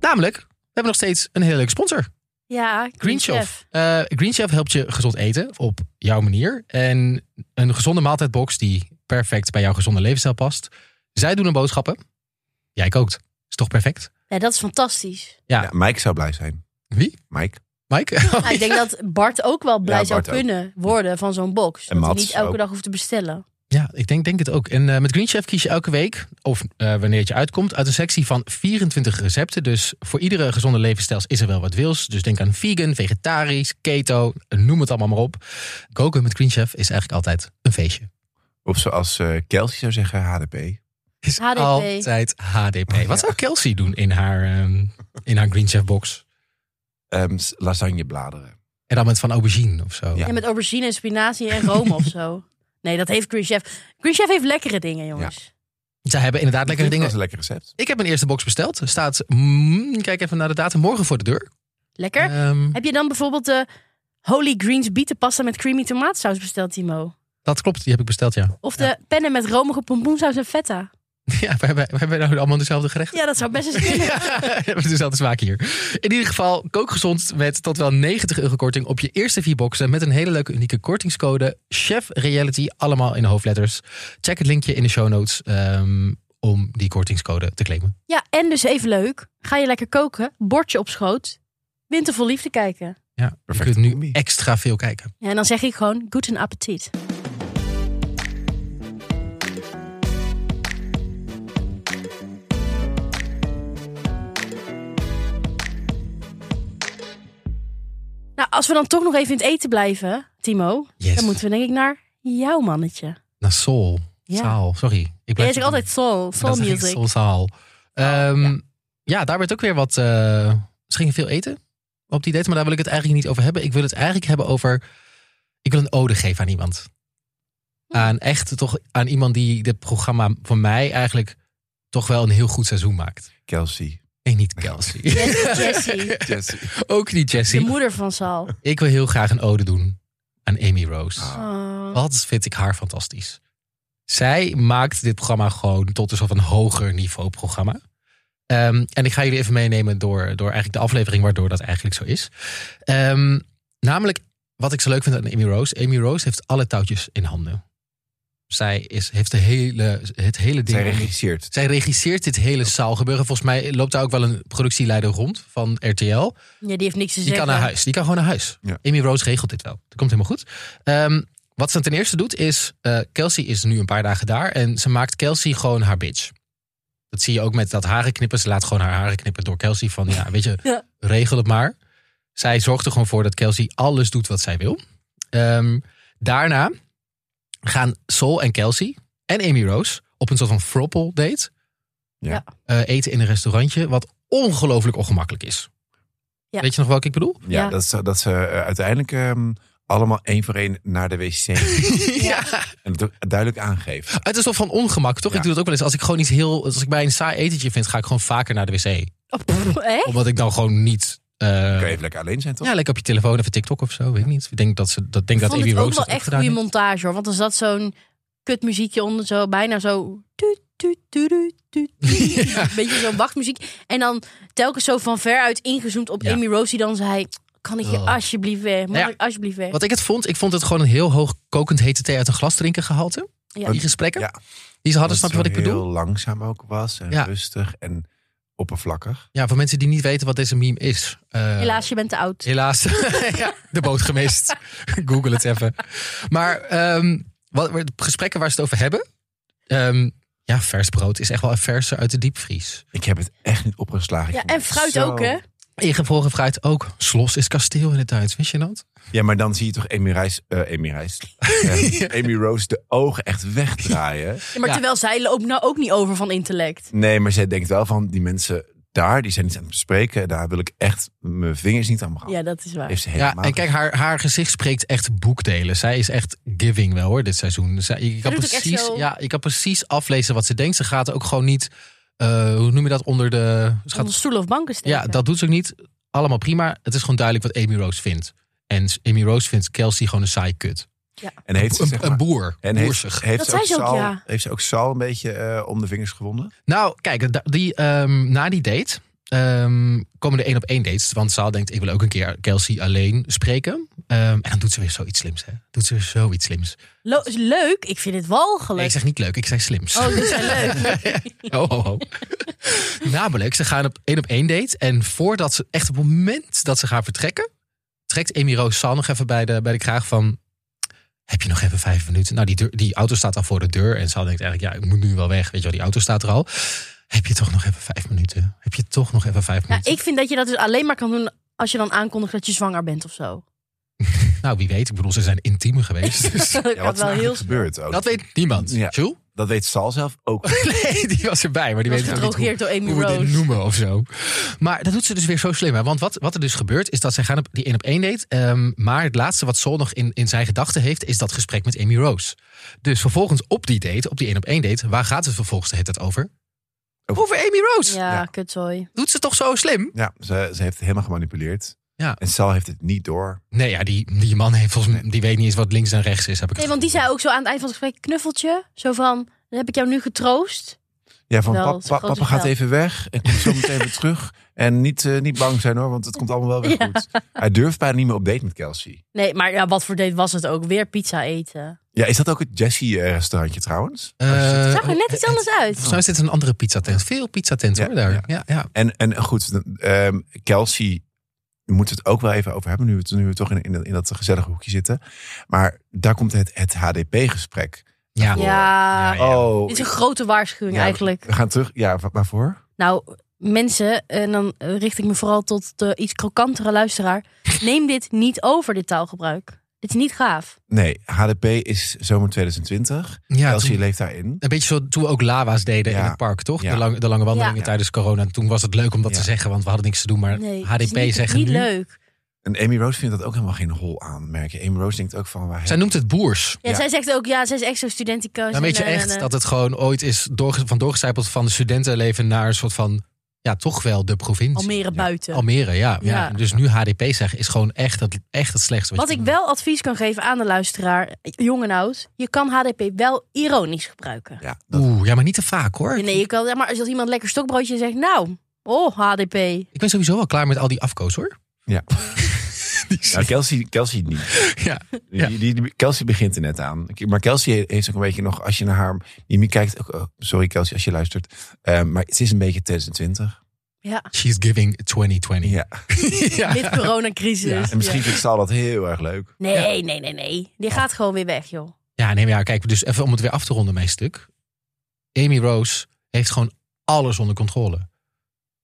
S1: Namelijk, we hebben nog steeds een hele leuke sponsor.
S2: Ja,
S1: Green Chef. Eh, Green Chef helpt je gezond eten op jouw manier. En een gezonde maaltijdbox die perfect bij jouw gezonde levensstijl past. Zij doen hun boodschappen. Jij kookt. Is toch perfect?
S2: Ja, dat is fantastisch.
S1: Ja.
S3: Ja. Mike zou blij zijn.
S1: Wie?
S3: Mike.
S1: [laughs] Mike? Oh,
S2: Nou, ik denk dat Bart ook wel blij
S3: Ja,
S2: zou
S3: Bart ook.
S2: kunnen worden van zo'n box.
S3: En
S2: dat hij
S3: Mats
S2: niet elke
S3: ook.
S2: dag hoeft te bestellen.
S1: Ja, ik denk, denk het ook. En eh, met Green Chef kies je elke week, of eh, wanneer het je uitkomt, uit een sectie van 24 recepten. Dus voor iedere gezonde levensstijl is er wel wat wils. Dus denk aan vegan, vegetarisch, keto, noem het allemaal maar op. Koken met Green Chef is eigenlijk altijd een feestje.
S3: Of zoals eh Kelsey zou zeggen, HDP.
S1: Is
S2: HDP.
S1: altijd HDP.
S3: Oh, ja.
S1: Wat zou Kelsey doen in haar, ehm, in haar Green Chef box?
S3: Ehm, s- lasagnebladeren.
S1: En dan met van aubergine of zo.
S3: Ja.
S2: Ja, met aubergine en spinazie en room of zo. Nee, dat heeft Green Chef. Green Chef heeft lekkere dingen, jongens.
S1: Zij hebben inderdaad lekkere
S3: Ik vind
S1: dingen.
S3: het wel een lekker recept.
S1: Ik heb mijn eerste box besteld. Er Staat, mm, kijk even naar de datum, morgen voor de deur.
S2: Lekker.
S1: Ehm,
S2: Heb je dan bijvoorbeeld de Holy Greens bietenpasta met creamy tomaatsaus besteld, Timo?
S1: dat klopt, die heb ik besteld, ja.
S2: Of de pennen met romige pompoensaus en feta?
S1: [laughs] Ja, we hebben, we hebben nou allemaal dezelfde gerechten.
S2: Ja, dat zou best eens kunnen.
S1: Ja, [laughs] we hebben dezelfde smaak hier. In ieder geval, kook gezond met tot wel 90 euro korting op je eerste vier boxen. Met een hele leuke unieke kortingscode. Chef Reality, allemaal in hoofdletters. Check het linkje in de show notes ehm, om die kortingscode te claimen.
S2: Ja, en dus even leuk. Ga je lekker koken, bordje op schoot. Winter vol liefde kijken.
S1: Ja, je
S3: Perfecte
S1: kunt nu
S3: combi.
S1: extra veel kijken.
S2: Ja, en dan zeg ik gewoon, guten appetit. Nou, als we dan toch nog even in het eten blijven, Timo,
S1: Yes.
S2: dan moeten we denk ik naar jouw mannetje.
S1: Naar Soul.
S2: Ja.
S1: Saal, sorry. Ik
S2: Jij zegt altijd soul, soul
S1: Dat is echt
S2: music. Oh,
S1: Soul Saal. Ehm, ja. daar werd ook weer wat... eh ze gingen veel eten op die date, maar daar wil ik het eigenlijk niet over hebben. Ik wil het eigenlijk hebben over... Ik wil een ode geven aan iemand.
S2: Hm.
S1: Aan echt toch aan iemand die dit programma voor mij eigenlijk toch wel een heel goed seizoen maakt.
S3: Kelsey.
S1: Nee, niet Kelsey.
S2: Jessie, Jessie,
S3: [laughs] Jesse.
S1: [laughs] ook niet
S2: de
S1: Jessie.
S2: moeder van Sal.
S1: Ik wil heel graag een ode doen aan Amy Rose.
S3: Ah.
S2: Oh.
S1: Wat vind ik haar fantastisch. Zij maakt dit programma gewoon tot een soort van hoger niveau programma. Ehm, en ik ga jullie even meenemen door, door eigenlijk de aflevering waardoor dat eigenlijk zo is. Ehm, namelijk, wat ik zo leuk vind aan Amy Rose. Amy Rose heeft alle touwtjes in handen. Zij is, heeft de hele, het hele ding.
S3: Zij regisseert.
S1: Zij regisseert dit hele zaalgebeuren. Volgens mij loopt daar ook wel een productieleider rond van RTL.
S2: Ja, die heeft niks te
S1: Die
S2: zeggen.
S1: kan naar huis. Die kan gewoon naar huis.
S3: Ja.
S1: Amy Rose regelt dit wel. Dat komt helemaal goed. Ehm, wat ze ten eerste doet is... eh, Kelsey is nu een paar dagen daar. En ze maakt Kelsey gewoon haar bitch. Dat zie je ook met dat haren knippen. Ze laat gewoon haar haren knippen door Kelsey. Van ja, weet je,
S2: Ja.
S1: regel het maar. Zij zorgt er gewoon voor dat Kelsey alles doet wat zij wil. Ehm, daarna gaan Sol en Kelsey en Amy Rose op een soort van froppel date.
S3: Ja.
S1: Eh, eten in een restaurantje, wat ongelooflijk ongemakkelijk is.
S2: Ja.
S1: Weet je nog welke ik bedoel?
S3: Ja,
S2: Ja.
S3: Dat, ze, dat ze eh, uiteindelijk ehm, allemaal één voor één naar de wc. [laughs]
S2: [laughs]
S1: ja.
S3: en dat ook duidelijk aangeeft.
S1: Het is toch van ongemak, toch?
S3: Ja.
S1: Ik doe dat ook wel eens. Als ik gewoon iets heel. Als ik bij een saai etentje vind, ga ik gewoon vaker naar de wc.
S2: Oh, pff, hè?
S1: Omdat ik dan gewoon niet. eh,
S3: Kun je even lekker alleen zijn, toch?
S1: ja, lekker op je telefoon even TikTok of zo. Weet ik niet. Ik denk dat ze. Dat denk
S2: Ik
S1: dat
S2: vond
S1: Amy
S2: het ook
S1: Rose
S2: wel
S1: dat ook
S2: echt
S1: gedaan
S2: goede
S1: heeft.
S2: montage hoor. Want er zat zo'n kut muziekje onder, zo bijna zo. tu, tu, tu, tu, tu, tu.
S1: [laughs]
S2: Beetje zo'n wachtmuziek. En dan telkens zo van ver uit ingezoomd op
S1: Ja.
S2: Amy Rose, die dan zei: Kan ik je
S1: Oh.
S2: alsjeblieft weg? Mag
S1: Ja.
S2: ik alsjeblieft weg?
S1: Wat ik het vond, ik vond het gewoon een heel hoog kokend hete thee uit een glas drinken gehalte.
S2: Ja.
S1: Die gesprekken.
S3: Ja.
S1: Die ze hadden, snap
S3: Dat
S1: je wat ik
S3: het zo
S1: bedoel?
S3: heel langzaam ook was. En
S1: Ja.
S3: rustig en oppervlakkig.
S1: Ja, voor mensen die niet weten wat deze meme is. eh,
S2: Helaas, je bent te oud.
S1: Helaas. [laughs] ja, de boot gemist. [laughs] Google het even. Maar ehm, wat, wat- gesprekken waar ze het over hebben. ehm, ja, vers brood is echt wel een verse uit de diepvries.
S3: Ik heb het echt niet opgeslagen. Ik
S2: Ja,
S3: vond
S2: en
S3: het
S2: fruit
S3: zo-
S2: ook, hè?
S1: Ingevroren fruit ook. Slos is kasteel in het Duits, wist je dat?
S3: Ja, maar dan zie je toch Amy Rice, eh, Amy
S1: [laughs]
S3: Rice, eh, Amy Rose de ogen echt wegdraaien.
S2: Ja, maar
S1: Ja.
S2: terwijl zij loopt nou ook niet over van intellect.
S3: Nee, maar zij denkt wel van die mensen daar, die zijn niet aan het bespreken. Daar wil ik echt mijn vingers niet aan gaan.
S2: Ja, dat is waar.
S3: Heeft ze helemaal
S1: Ja, en kijk, haar, haar gezicht spreekt echt boekdelen. Zij is echt giving wel hoor, dit seizoen. Zij, je, kan
S2: doet ook echt
S1: precies,
S2: zo-
S1: ja, je kan precies aflezen wat ze denkt. Ze gaat ook gewoon niet, eh, hoe noem je dat, onder de... Ze gaat
S2: Onder stoelen of banken steken.
S1: Ja, dat doet ze ook niet. Allemaal prima. Het is gewoon duidelijk wat Amy Rose vindt. En Amy Rose vindt Kelsey gewoon een saai kut.
S3: en heeft ze,
S1: een,
S3: zeg
S1: een
S3: maar-
S1: boer.
S3: en
S1: Boersig.
S3: heeft, heeft
S2: Dat
S3: ze
S2: zei
S3: ook
S2: ze ook,
S3: Saul,
S2: ja.
S3: heeft ze ook Saul een beetje eh, om de vingers gewonnen?
S1: Nou, kijk, da- die, ehm, na die date ehm, komen er één op één dates. Want Saal denkt, ik wil ook een keer Kelsey alleen spreken. Ehm, en dan doet ze weer zoiets slims, hè. Doet ze weer zoiets slims.
S2: Lo- is leuk, ik vind het walgelijk.
S1: Nee, ik zeg niet leuk, ik zeg slims. [laughs]
S2: Oh, dit is wel leuk.
S1: Ho, ho, ho. Oh, Namelijk, ze gaan op één op één date. En voordat ze, echt op het moment dat ze gaan vertrekken, trekt Amy Roos Sal nog even bij de, bij de kraag van. Heb je nog even vijf minuten? Nou, die, deur- die auto staat al voor de deur. En Sal denkt eigenlijk, ja, ik moet nu wel weg. Weet je wel, die auto staat er al. Heb je toch nog even vijf minuten? Heb je toch nog even vijf
S2: Ja,
S1: minuten?
S2: ik vind dat je dat dus alleen maar kan doen als je dan aankondigt dat je zwanger bent of zo. [laughs]
S1: Nou, wie weet. Ik bedoel, ze zijn intiem geweest. Dus
S2: [laughs] Dat
S3: Ja,
S2: kan
S3: wat is
S2: wel
S3: er
S2: heel
S3: eigenlijk gebeurd ook?
S1: dat weet niemand.
S3: Ja.
S1: Jules? [laughs]
S3: Dat weet Sal zelf ook.
S1: Nee, die was erbij. Maar die
S2: was
S1: weet natuurlijk niet hoe-
S2: gedrogeerd door Amy
S1: hoe we dit
S2: Rose.
S1: noemen of zo. Maar dat doet ze dus weer zo slim. Hè? Want wat, wat er dus gebeurt, is dat zij gaan op die één op één date. ehm, maar het laatste wat Sol nog in, in zijn gedachten heeft, is dat gesprek met Amy Rose. Dus vervolgens op die date, op die één op één date, waar gaat het vervolgens de hele tijd over?
S3: Over-
S1: Over Amy Rose.
S2: Ja,
S3: Ja.
S2: kutzooi.
S1: Doet ze toch zo slim?
S3: Ja, ze, ze heeft het helemaal gemanipuleerd.
S1: Ja.
S3: En Sal heeft het niet door.
S1: Nee, ja, die, die man heeft volgens mij, die weet niet eens wat links en rechts is. Heb ik het
S2: Nee, want die
S1: gevoel.
S2: zei ook zo aan het eind van het gesprek, knuffeltje. Zo van, dan heb ik jou nu getroost.
S3: Ja, van
S2: Wel,
S3: pap-
S2: het is een
S3: pap-
S2: grote
S3: papa gaat
S2: spel.
S3: even weg en komt zo meteen weer terug. En niet, eh, niet bang zijn hoor, want het komt allemaal wel weer
S2: [laughs] Ja.
S3: goed. Hij durft bijna niet meer op date met Kelsey.
S2: Nee, maar ja, wat voor date was het ook? Weer pizza eten.
S3: Ja, is dat ook het Jessie-restaurantje trouwens?
S1: Eh,
S2: Het zag er net iets
S1: het-
S2: anders uit.
S1: Volgens mij is dit een andere pizzatent. Veel pizzatenten
S3: Ja,
S1: hoor daar.
S3: ja.
S1: Ja, ja.
S3: En, en goed, dan, ehm, Kelsey moeten we het ook wel even over hebben, nu we, nu we toch in, in, dat- in dat gezellige hoekje zitten. Maar daar komt het, het HDP-gesprek.
S1: ja.
S2: Ja,
S1: oh. Ja, ja.
S3: Oh,
S2: dit is een grote waarschuwing
S3: Ja,
S2: eigenlijk.
S3: we gaan terug. Ja, wa- waarvoor?
S2: Nou, mensen, en dan eh, richt ik me vooral tot de iets krokantere luisteraar. Neem dit niet over, dit taalgebruik. Dit is niet gaaf.
S3: Nee, HDP is zomer 2020.
S1: Ja,
S3: Kelsey
S1: toen-
S3: leeft daarin.
S1: Een beetje zo toen we ook lava's deden
S3: Ja.
S1: in het park, toch?
S3: Ja.
S1: De, lang- de lange wandelingen
S3: Ja.
S1: tijdens corona. Toen was het leuk om dat
S3: Ja.
S1: te zeggen, want we hadden niks te doen. Maar
S2: Nee, het is
S1: HDP
S2: niet,
S1: zeggen
S2: niet
S1: nu...
S2: leuk.
S3: En Amy Rose vindt dat ook helemaal geen hol aan, merk je. Amy Rose denkt ook van... Waar
S1: Zij noemt het boers.
S2: Ja,
S3: Ja.
S2: zij zegt ook, ja, zij is echt zo'n eh, studentico.
S1: Dan weet je echt dat het gewoon ooit is doorge van doorgecijpeld van de studentenleven naar een soort van... Ja, toch wel de provincie.
S2: Almere buiten.
S1: Almere, ja. ja.
S2: Ja.
S1: Dus nu HDP zeggen is gewoon echt het, echt het slechtste.
S2: Wat
S1: je
S2: ik
S1: kan
S2: wel advies kan geven aan de luisteraar, jong en oud, je kan HDP wel ironisch gebruiken.
S3: Ja,
S1: doen.
S3: dat,
S1: Oeh, ja, maar niet te vaak hoor.
S2: Nee, je kan, ja, maar als iemand lekker stokbroodje zegt, nou, oh, HDP.
S1: Ik ben sowieso al klaar met al die afkoos hoor.
S3: [laughs] ja.
S1: Die-
S3: Nou, Kelsey, Kelsey niet.
S1: ja.
S3: Die- Die, die- Kelsey begint er net aan. Maar Kelsey heeft ook een beetje nog, als je naar haar mimiek kijkt... ook- oh, sorry Kelsey, als je luistert. Eh, maar het is een beetje 2020.
S2: Ja,
S1: She's giving 2020.
S3: Ja.
S1: [laughs] Ja.
S2: dit coronacrisis.
S3: En misschien
S2: Ja.
S3: vindt Sal dat heel erg leuk.
S2: Nee, nee, nee, nee. Die gaat gewoon weer weg, joh.
S1: Ja, nee, maar ja, kijk, dus even om het weer af te ronden, mijn stuk. Amy Rose heeft gewoon alles onder controle.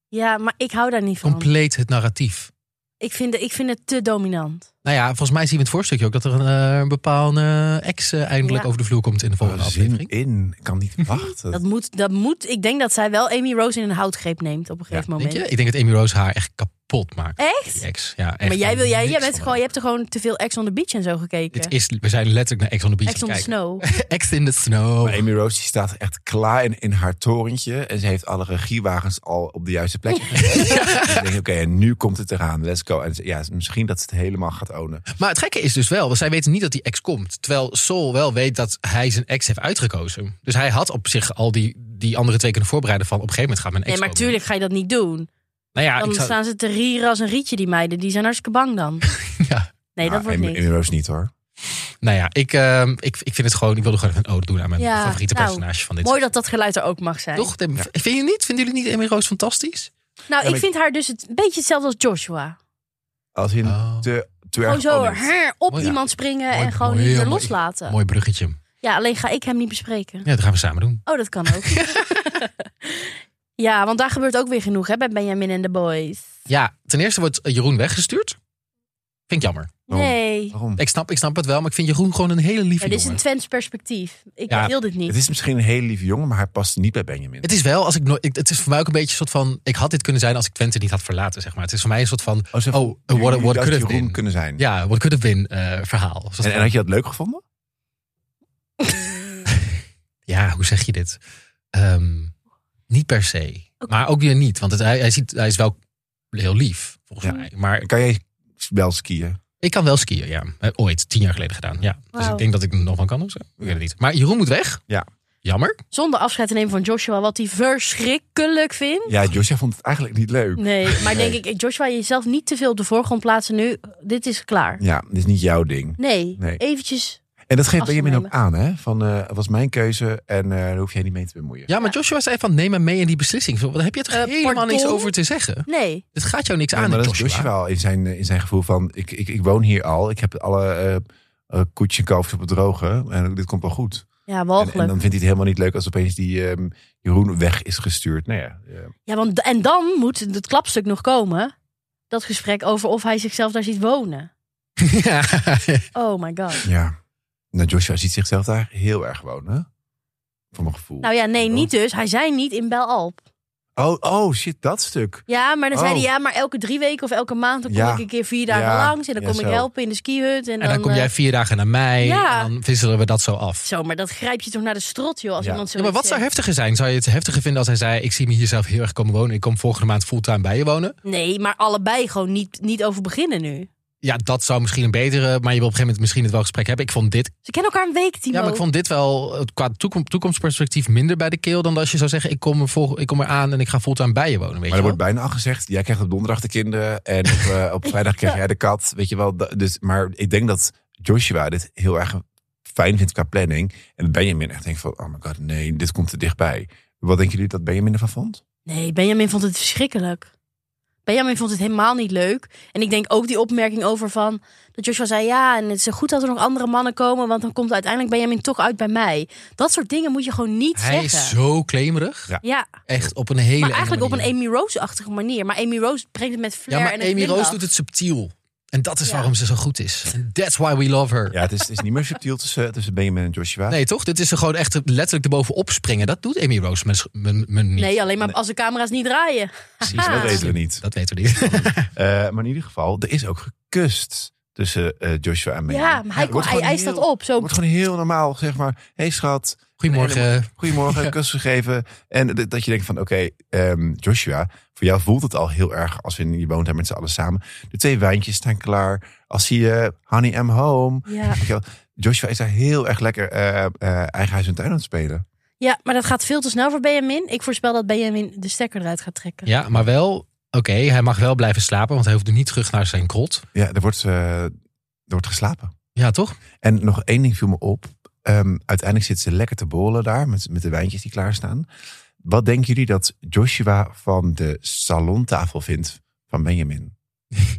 S2: Ja, maar ik hou daar niet van.
S1: Compleet het narratief.
S2: Ik vind, ik vind het te dominant.
S1: Nou ja, volgens mij zien we in het voorstukje ook dat er een, eh, een bepaalde ex eh, eindelijk
S2: Ja.
S1: over de vloer komt in de volgende
S3: Oh, zin
S1: aflevering.
S3: in. Ik kan niet wachten.
S2: [laughs] Dat moet, dat moet, ik denk dat zij wel Amy Rose in een houtgreep neemt op een gegeven
S1: Denk
S2: moment.
S1: je? Ik denk dat Amy Rose haar echt kapot maakt.
S2: Echt?
S1: Die ex. Ja, echt.
S2: maar jij, wil, jij, jij
S1: Niks
S2: bent
S1: van.
S2: gewoon, je hebt er gewoon te veel Ex on the Beach en zo gekeken.
S1: Dit is, we zijn letterlijk naar Ex on the Beach
S2: Ex on the
S1: aan het kijken.
S2: Snow.
S1: Ex in the Snow.
S3: Maar Amy Rose die staat echt klaar in, in haar torentje. En ze heeft alle regiewagens al op de juiste
S2: [laughs]
S3: plek gezet. En denk je, oké, en nu komt het eraan. Let's go. En ze- ja, misschien dat ze het helemaal gaat ownen.
S1: Maar het gekke is dus wel, want zij weten niet dat die ex komt. Terwijl Sol wel weet dat hij zijn ex heeft uitgekozen. Dus hij had op zich al die, die andere twee kunnen voorbereiden van op een gegeven moment gaat mijn
S2: Nee,
S1: ex
S2: maar
S1: komen.
S2: tuurlijk ga je dat niet doen.
S1: Nou ja,
S2: Dan
S1: ik zou-
S2: staan ze te rieren als een rietje, die meiden. Die zijn hartstikke bang dan.
S1: [laughs] Ja.
S2: Nee, dat
S3: Nou,
S2: wordt
S3: Amy,
S2: niks.
S3: Amy Rose niet hoor.
S1: nou ja, ik, ehm, ik, ik vind het gewoon, ik wilde gewoon even een ode doen aan mijn
S2: Ja,
S1: favoriete
S2: nou,
S1: personage van dit.
S2: Mooi dat dat geluid er ook mag zijn.
S1: Toch? Tim? Vind je niet? Vinden jullie niet Amy Roos fantastisch?
S2: Nou,
S3: Ja,
S2: ik
S3: maar-
S2: vind haar dus het, een beetje hetzelfde als Joshua.
S3: Als in
S1: Oh.
S3: te, te
S2: Gewoon
S3: erg
S2: zo
S3: honest.
S2: her, op
S1: Mooi, ja.
S2: iemand springen
S1: Mooi,
S2: en gewoon
S1: mooi,
S2: niet meer
S1: mooi.
S2: loslaten.
S1: Mooi bruggetje.
S2: Ja, alleen ga ik hem niet bespreken.
S1: Ja, dat gaan we samen doen.
S2: Oh, dat kan ook.
S3: [laughs]
S2: ja, want daar gebeurt ook weer genoeg hè, bij Benjamin en de boys.
S1: Ja, ten eerste wordt Jeroen weggestuurd. Vind ik jammer.
S3: Waarom?
S2: Nee.
S3: Waarom?
S1: Ik snap, ik snap het wel, maar ik vind Jeroen gewoon een hele lieve
S2: Ja, dit is
S1: jongen.
S2: een Twents perspectief. Ik
S1: Ja,
S2: wil dit niet.
S3: Het is misschien een hele lieve jongen, maar hij past niet bij Benjamin.
S1: Het is wel, als ik, nooit- ik- het is voor mij ook een beetje een soort van... Ik had dit kunnen zijn als ik Twente niet had verlaten, zeg maar. Het is voor mij een soort van...
S3: Oh, ze-
S1: Oh, what, what
S3: Dat
S1: could have
S3: Jeroen
S1: been.
S3: kunnen zijn.
S1: Ja, what could have been eh, verhaal. Een soort
S3: En, en
S1: van-
S3: had je dat leuk gevonden?
S1: ja, hoe zeg je dit? Ehm, niet per se. Maar ook weer niet, want het, hij, hij, ziet, hij is wel heel lief, volgens
S3: Ja.
S1: mij. Maar
S3: Kan jij wel skiën?
S1: ik kan wel skiën, ja. Eh, Ooit, tien jaar geleden gedaan, ja. Dus
S2: Wauw.
S1: ik denk dat ik er nog van kan of zo. Ik weet het niet. Maar Jeroen moet weg.
S3: Ja.
S1: Jammer.
S2: Zonder afscheid te nemen van Joshua, wat hij verschrikkelijk vindt.
S3: Ja, Joshua vond het eigenlijk niet leuk. [laughs]
S2: Nee, maar denk ik, Joshua, jezelf niet te veel op de voorgrond plaatsen nu. Dit is klaar.
S3: Ja, dit is niet jouw ding.
S2: Nee,
S3: Nee.
S2: eventjes.
S3: En dat geeft
S2: Afstand
S3: Benjamin ook
S2: nemen.
S3: aan, hè? Van, eh, het was mijn keuze en eh, daar hoef jij niet mee te bemoeien.
S1: Ja, maar Joshua zei van neem me mee in die beslissing. Zo, Daar heb je toch
S2: Eh,
S1: helemaal
S2: pardon?
S1: niks over te zeggen.
S2: Nee,
S1: Het gaat jou niks
S3: Ja,
S1: aan,
S3: maar dat is
S1: Joshua.
S3: Joshua al in zijn, eh, in zijn gevoel van, ik, ik, ik woon hier al. Ik heb alle eh eh, koetjenkofers op het droge. En dit komt wel goed.
S2: ja,
S3: En, en
S2: walgelijk.
S3: dan vindt hij het helemaal niet leuk als opeens die ehm, Jeroen weg is gestuurd. Nou ja, eh,
S2: Ja, want, en dan moet het klapstuk nog komen. Dat gesprek over of hij zichzelf daar ziet wonen.
S1: [laughs] ja.
S2: Oh my god.
S3: ja. Nou, Joshua ziet zichzelf daar heel erg wonen. Van mijn gevoel.
S2: Nou ja, nee, niet dus. Hij zei niet in Belalp.
S3: Oh, oh, shit, dat stuk.
S2: Ja, maar dan
S3: Oh.
S2: zei hij ja, maar elke drie weken of elke maand dan kom
S3: Ja.
S2: ik een keer vier dagen
S3: Ja.
S2: langs en dan
S3: Ja,
S2: kom
S3: zo.
S2: ik helpen in de skihut en,
S1: En dan kom
S2: eh,
S1: jij vier dagen naar mij
S2: Ja.
S1: en dan wisselen we dat zo af.
S2: zo, maar dat grijp je toch naar de strot, joh, als
S3: Ja.
S2: iemand zo.
S1: Ja, maar wat zou heftiger zijn? Zou je het heftiger vinden als hij zei... ik zie me hier zelf heel erg komen wonen. Ik kom volgende maand fulltime bij je wonen.
S2: Nee, maar allebei gewoon niet, niet over beginnen nu.
S1: Ja, dat zou misschien een betere... maar je wil op een gegeven moment misschien het wel gesprek hebben. Ik vond dit,
S2: Ze kennen elkaar een week, Timo.
S1: ja, maar ik vond dit wel eh, qua toekom- toekomstperspectief minder bij de keel... dan als je zou zeggen ik kom, er volg, ik kom eraan en ik ga fulltime bij je wonen. Weet
S3: Maar
S1: je
S3: er
S1: wel?
S3: wordt bijna al gezegd, jij krijgt op donderdag de kinderen en op, eh,
S2: [laughs]
S3: op vrijdag krijg jij de kat. Weet je wel, da- dus, maar ik denk dat Joshua dit heel erg fijn vindt qua planning. En Benjamin echt denkt van, oh my god, nee, dit komt te dichtbij. Wat denken jullie dat Benjamin ervan vond?
S2: Nee, Benjamin vond het verschrikkelijk. Benjamin vond het helemaal niet leuk. En ik denk ook die opmerking over van dat Joshua zei ja, en het is goed dat er nog andere mannen komen, want dan komt uiteindelijk Benjamin toch uit bij mij. Dat soort dingen moet je gewoon niet
S1: Hij
S2: zeggen.
S1: is zo claimerig.
S3: Ja.
S2: Ja,
S1: Echt op een hele
S2: maar
S1: enge
S2: eigenlijk op een
S1: manier.
S2: Amy Rose-achtige manier. Maar Amy Rose brengt het met flair
S1: Ja, maar
S2: en
S1: Amy Rose doet het subtiel. En dat is
S2: Ja.
S1: waarom ze zo goed is. And that's why we love her.
S3: Ja, het is, het is niet meer subtiel tussen, tussen Benjamin en Joshua.
S1: Nee, toch? Dit is er gewoon echt letterlijk erbovenop springen. Dat doet Amy Rose men, men, men niet.
S2: Nee, alleen maar als de camera's niet draaien.
S1: precies.
S3: Dat
S2: Ah.
S3: weten we niet.
S1: Dat weten we niet. [laughs]
S3: Eh, maar in ieder geval, er is ook gekust tussen eh, Joshua en Benjamin.
S2: Ja, maar hij,
S3: Het wordt
S2: hij
S3: gewoon
S2: eist dat
S3: heel-
S2: op. Zo.
S3: Het wordt gewoon heel normaal, zeg maar. hey, schat,
S1: Goedemorgen.
S3: Goedemorgen,
S1: Ja.
S3: kus gegeven. En d- dat je denkt van, oké, ehm, Joshua, voor jou voelt het al heel erg als we in je woont daar met z'n allen samen. De twee wijntjes staan klaar. Als zie je Honey, I'm Home.
S2: Ja.
S3: Weet je wel, Joshua is daar heel erg lekker eh, eh, eigen huis en tuin aan het spelen.
S2: ja, maar dat gaat veel te snel voor Benjamin. Ik voorspel dat Benjamin de stekker eruit gaat trekken.
S1: Ja, maar wel... Oké, hij mag wel blijven slapen, want hij hoeft niet terug naar zijn krot.
S3: Ja, er wordt, eh, er wordt geslapen.
S1: Ja, toch?
S3: En nog één ding viel me op. Ehm, uiteindelijk zitten ze lekker te borrelen daar met, met de wijntjes die klaarstaan. Wat denken jullie dat Joshua van de salontafel vindt van Benjamin?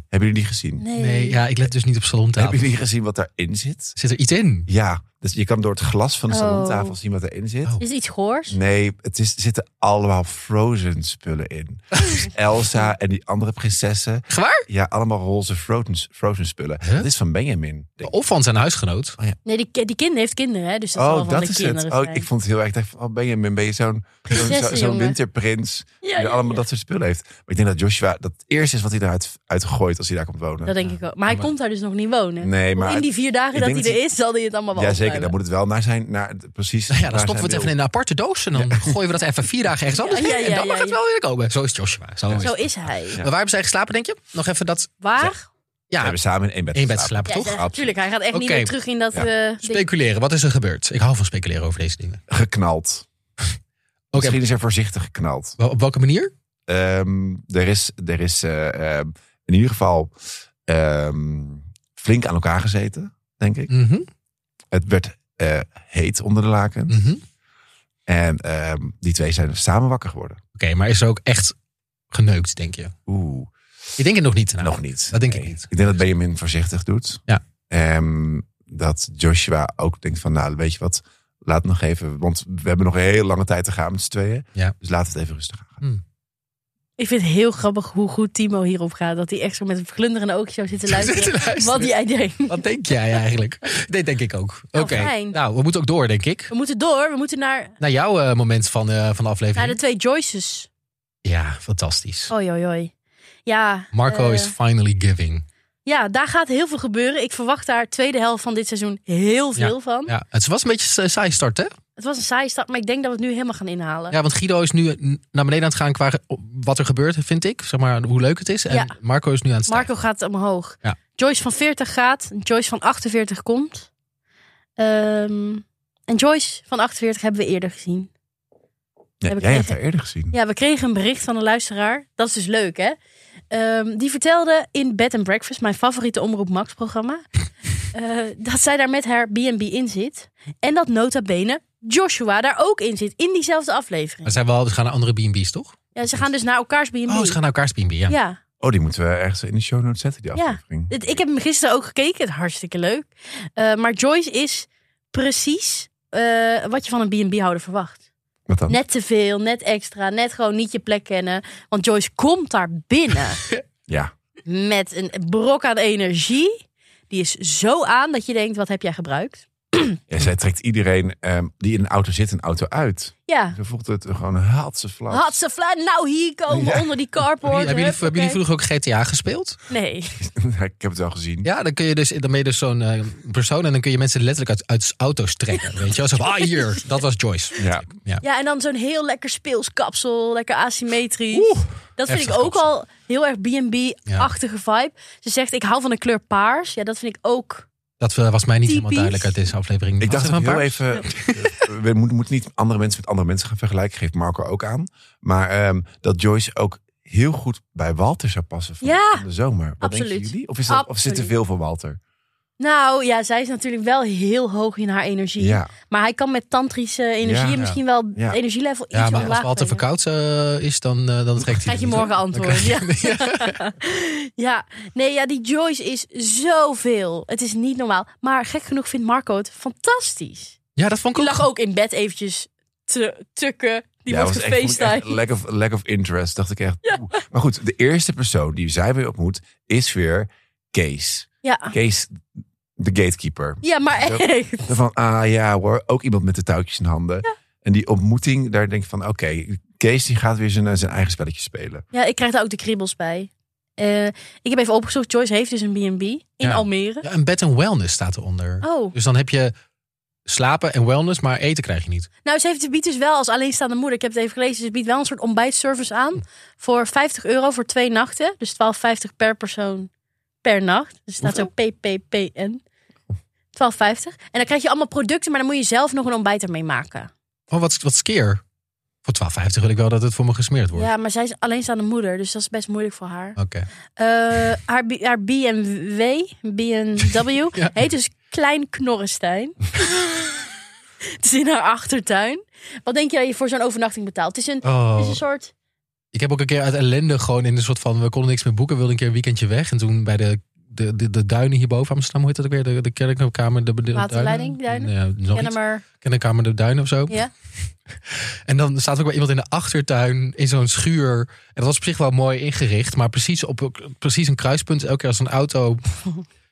S3: Hebben jullie die gezien?
S2: Nee.
S1: Nee, ja, ik let dus niet op salontafel.
S3: Hebben jullie gezien wat daarin zit?
S1: Zit er iets in?
S3: Ja, Dus je kan door het glas van de
S2: Oh.
S3: salontafel zien wat erin zit.
S1: Oh.
S2: Is het iets goors?
S3: Nee, het is, er zitten allemaal Frozen spullen
S2: [laughs]
S3: in. Dus Elsa en die andere prinsessen.
S1: Gewaar?
S3: Ja, allemaal roze Frozen, Frozen spullen.
S1: Huh?
S3: Dat is van Benjamin. denk ik.
S1: Of van zijn huisgenoot.
S2: Nee, die, ki- die kind heeft kinderen, hè? Dus Oh, dat zal
S3: Oh,
S2: wel van
S3: dat
S2: de
S3: is
S2: kinderen
S3: het. Oh,
S2: zijn.
S3: ik vond het heel erg. Ik dacht van, oh Benjamin, ben je zo'n zo'n-
S2: Prinsessen,
S3: zo'n- zo'n
S2: jongen.
S3: winterprins?
S2: Ja,
S3: die
S2: ja,
S3: allemaal
S2: ja.
S3: dat soort spullen heeft. Maar ik denk dat Joshua dat eerste is wat hij eruit uit gooit als hij daar komt wonen.
S2: Dat denk ik ook. Maar hij
S1: Maar-
S2: komt daar dus nog niet wonen.
S3: nee,
S2: Want
S3: maar
S2: in die vier
S3: ik
S2: dagen dat
S3: denk
S2: hij
S3: dat
S2: er is, zal hij het allemaal wel
S3: ja, zeker. Dan
S2: opruimen.
S3: moet het wel naar zijn, naar precies.
S1: Ja, dan
S3: naar
S1: stoppen we
S3: zijn
S1: het even
S3: wil.
S1: in een aparte doos. En dan
S3: [laughs]
S1: gooien we dat even vier dagen ergens anders
S2: Ja, ja,
S1: in.
S2: ja,
S1: En dan
S2: ja,
S1: mag het
S2: ja.
S1: wel weer komen. Zo is Joshua. Zo is
S2: Zo
S1: het.
S2: is hij.
S1: Maar Waar hebben zij geslapen, denk je? Nog even dat...
S2: Waar?
S1: Ja,
S3: We hebben samen in één bed
S1: één bed
S3: geslapen.
S1: geslapen, toch?
S3: absoluut.
S2: Natuurlijk, hij gaat echt niet
S1: Oké.
S2: meer terug in dat...
S3: Ja.
S2: eh, ding.
S1: Speculeren. Wat is er gebeurd? Ik hou van speculeren over deze dingen.
S3: Geknald.
S1: Oké,
S3: Misschien is er voorzichtig geknald.
S1: wel- op welke manier?
S3: Ehm, er is, er is eh, ehm, in ieder geval ehm, flink aan elkaar gezeten, denk ik.
S1: Mhm,
S3: Het werd eh, heet onder de laken.
S1: mhm. Oké,
S3: En ehm, die twee zijn samen wakker geworden.
S1: maar is er ook echt geneukt, denk je?
S3: Oeh,
S1: Ik denk het nog niet. nou. [laughs]
S3: nog niet.
S1: dat denk ik niet.
S3: Ik denk dat Benjamin voorzichtig doet.
S1: Ja.
S3: Ehm, dat Joshua ook denkt van, nou weet je wat, laat nog even. Want we hebben nog een hele lange tijd te gaan met z'n tweeën.
S1: Ja.
S3: Dus laat het even rustig aan. gaan.
S2: Ik vind het heel grappig hoe goed Timo hierop gaat. Dat hij echt zo met een glunderende oogje
S1: [laughs]
S2: zou zitten luisteren.
S1: Zitten luisteren.
S2: Wat jij denkt.
S1: Wat denk jij eigenlijk? Dit denk ik ook. Oké,
S2: Nou, fijn.
S1: nou, we moeten ook door, denk ik.
S2: We moeten door. We moeten naar,
S1: Naar jouw eh, moment van, eh, van de
S2: naar
S1: aflevering.
S2: de twee Joyces.
S1: Ja, fantastisch.
S2: Oi, oi, oi. Ja.
S1: Marco
S2: eh,
S1: is finally giving.
S2: Ja, daar gaat heel veel gebeuren. Ik verwacht daar tweede helft van dit seizoen heel veel van.
S1: Ja, het was een beetje een saai start, hè?
S2: Het was een saaie start, maar ik denk dat we het nu helemaal gaan inhalen.
S1: Ja, want Guido is nu eh, naar beneden aan het gaan qua wat er gebeurt, vind ik. Zeg maar hoe leuk het is. En
S2: Ja.
S1: Marco is nu aan het stijgen.
S2: Marco gaat omhoog.
S1: Ja.
S2: Joyce van 40 gaat. Joyce van 48 komt. Ehm, en Joyce van 48 hebben we eerder gezien.
S3: Ja,
S2: Heb ik
S3: jij hebt
S2: echt-
S3: haar eerder gezien.
S2: Ja, we kregen een bericht van een luisteraar. Dat is dus leuk, hè? Ehm, die vertelde in Bed and Breakfast, mijn favoriete Omroep
S1: [laughs]
S2: Max-programma... eh, dat zij daar met haar B&B in zit. En dat nota bene Joshua daar ook in zit. In diezelfde
S1: Maar
S2: aflevering.
S1: zijn wel, ze gaan naar andere B&B's, toch?
S2: Ja, ze gaan dus naar elkaars B&B.
S1: Oh, ze gaan naar elkaars B&B, ja.
S2: Ja,
S3: Oh, die moeten we ergens in de show notes zetten, die
S2: Ja.
S3: aflevering.
S2: Het- ik heb hem gisteren ook gekeken. Het is hartstikke leuk. Eh, maar Joyce is precies eh, wat je van een B&B-houder verwacht.
S3: Wat dan?
S2: Net te veel, net extra, net gewoon niet je plek kennen. Want Joyce komt daar binnen
S3: Ja.
S2: met een brok aan energie. Die is zo aan dat je denkt, wat heb jij gebruikt?
S3: Ja, zij trekt iedereen ehm, die in een auto zit een auto uit.
S2: Ja,
S3: Ze voelt het gewoon had ze flauw. [laughs]
S2: had ze vla- nou hier komen
S3: Ja.
S2: onder die
S1: Hebben
S2: carport.
S1: jullie, hebben jullie- hebben jullie
S2: Huppakee.
S1: vroeger ook GTA gespeeld?
S2: Nee,
S3: Ik heb het wel gezien.
S1: Ja, dan kun je dus, dan ben je dus zo'n eh, persoon en dan kun je mensen letterlijk uit, uit auto's trekken. Weet je wel? Zo van, ah hier, dat was Joyce.
S3: Ja.
S1: Ja.
S2: ja en dan zo'n heel lekker speelskapsel, lekker asymmetrisch.
S1: Oeh,
S2: Dat vind ik
S1: Heftig
S2: ook
S1: kapsel.
S2: al heel erg B&B-achtige vibe. Ze zegt, ik hou van de kleur paars. Ja, dat vind ik ook.
S1: dat eh, was mij niet helemaal
S2: Typisch.
S1: duidelijk uit deze aflevering.
S3: Ik
S1: Had
S3: dacht
S1: ze van
S3: dat heel
S1: paars?
S3: even. [laughs] We moeten moet niet andere mensen met andere mensen gaan vergelijken. Geeft Marco ook aan. Maar ehm, dat Joyce ook heel goed bij Walter zou passen van,
S2: Ja,
S3: van de zomer. Wat denken
S2: absoluut.
S3: jullie? Of, is dat, of zit te
S2: Absoluut.
S3: veel van Walter?
S2: Nou ja, zij is natuurlijk wel heel hoog in haar energie.
S3: Ja.
S2: Maar hij kan met tantrische energie
S3: Ja,
S2: en misschien wel
S3: ja.
S2: energielevel iets
S1: Ja, maar als
S2: omlaag
S1: Walter
S2: brengen.
S1: verkoud eh, is, dan, eh, dan trekt hij
S2: Krijg je
S1: het niet,
S2: morgen
S1: hoor.
S2: antwoord. Ja.
S1: Dan krijg je- [laughs]
S2: [laughs] ja, nee, ja, die Joyce is zoveel. Het is niet normaal. Maar gek genoeg vindt Marco het fantastisch.
S1: Ja, dat vond ik
S2: Die
S1: ook
S2: lag ook in bed eventjes te tukken. Die
S3: ja,
S2: wordt
S3: was echt- vond ik echt
S2: gefacetimed.
S3: lack, of, lack of interest, dacht ik echt. oeh. Maar goed, de eerste persoon die zij weer ontmoet is weer Kees.
S2: Ja.
S3: Kees, de gatekeeper.
S2: ja, maar
S3: Zo.
S2: echt.
S3: Dan Van, ah ja hoor, ook iemand met de touwtjes in handen. En die ontmoeting, daar denk ik van, oké, Kees die gaat weer zijn, zijn eigen spelletje spelen.
S2: Ja, ik krijg daar ook de kriebels bij. Eh, ik heb even opgezocht. Joyce heeft dus een B&B in
S1: Ja.
S2: Almere.
S1: Ja, een bed en wellness staat eronder.
S2: Oh,
S1: Dus dan heb je slapen en wellness, maar eten krijg je niet.
S2: nou ze heeft de biedt dus wel als alleenstaande moeder. Ik heb het even gelezen. Ze biedt wel een soort ontbijtservice aan. Voor 50 euro voor twee nachten. Dus 12,50 per persoon per nacht. Dus het staat zo PPPN. 12,50. En dan krijg je allemaal producten, maar dan moet je zelf nog een ontbijt ermee maken.
S1: Oh, wat, wat skeer. Voor 12,50 wil ik wel dat het voor me gesmeerd wordt.
S2: Ja, maar zij is alleenstaande moeder, dus dat is best moeilijk voor haar.
S1: Oké.
S2: Eh, haar, B- haar BMW, BMW,
S1: [laughs] Ja.
S2: heet dus
S1: [laughs]
S2: Klein Knorrenstein. het is in haar achtertuin. Wat denk je dat je voor zo'n overnachting betaalt? Het is een, het is
S1: Oh,
S2: een soort...
S1: ik heb ook een keer uit ellende gewoon in een soort van... We konden niks meer boeken, wilden een keer een weekendje weg. En toen bij de de, de, de duinen hierboven Amsterdam, hoe heet dat ook weer? De, de kerkenkamer, de, de de
S2: Waterleiding, duinen?
S1: Ja, nog
S2: Ken
S1: iets.
S2: maar.
S1: Kerkenkamer, de duinen of zo.
S2: Ja.
S1: En dan staat ook bij iemand in de achtertuin in zo'n schuur. En dat was op zich wel mooi ingericht, maar precies op precies een kruispunt. Elke keer als een auto.
S3: door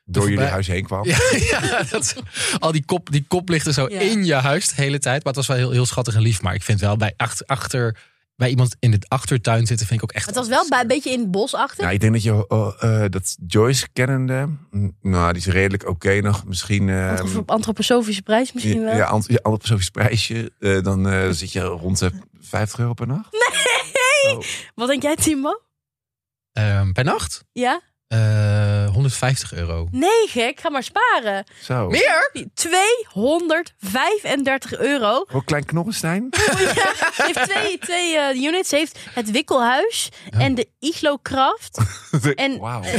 S3: jullie
S1: voorbij-
S3: huis heen kwam.
S1: Ja, ja, dat, al die, kop, die koplichten zo
S2: Ja.
S1: in je huis de hele tijd. Maar het was wel heel, heel schattig en lief. Maar ik vind wel bij achter, achter bij iemand in de achtertuin zitten, vind ik ook echt.
S2: Het was wel bij, een beetje in het bos achter.
S3: Nou, ik denk dat je oh, eh, dat Joyce kennende, mm, nou, die is redelijk oké nog. Misschien. eh,
S2: Antropo- antroposofische prijs misschien wel.
S3: ja, ja, ant- ja, antroposofisch prijsje. eh, dan eh, zit je rond de 50 euro per nacht. Oh,
S2: Wat denk jij, Timo?
S1: Ehm, bij nacht
S2: Ja?
S1: eh, 150 euro.
S2: Nee, gek. Ga maar sparen.
S3: Zo.
S1: Meer?
S2: 235 euro. [laughs]
S3: Voor klein Knorrenstein.
S2: Ja, ze heeft twee, twee eh, units. Ze heeft het Wikkelhuis en de Iglo Kraft. En
S3: Wauw.
S2: eh,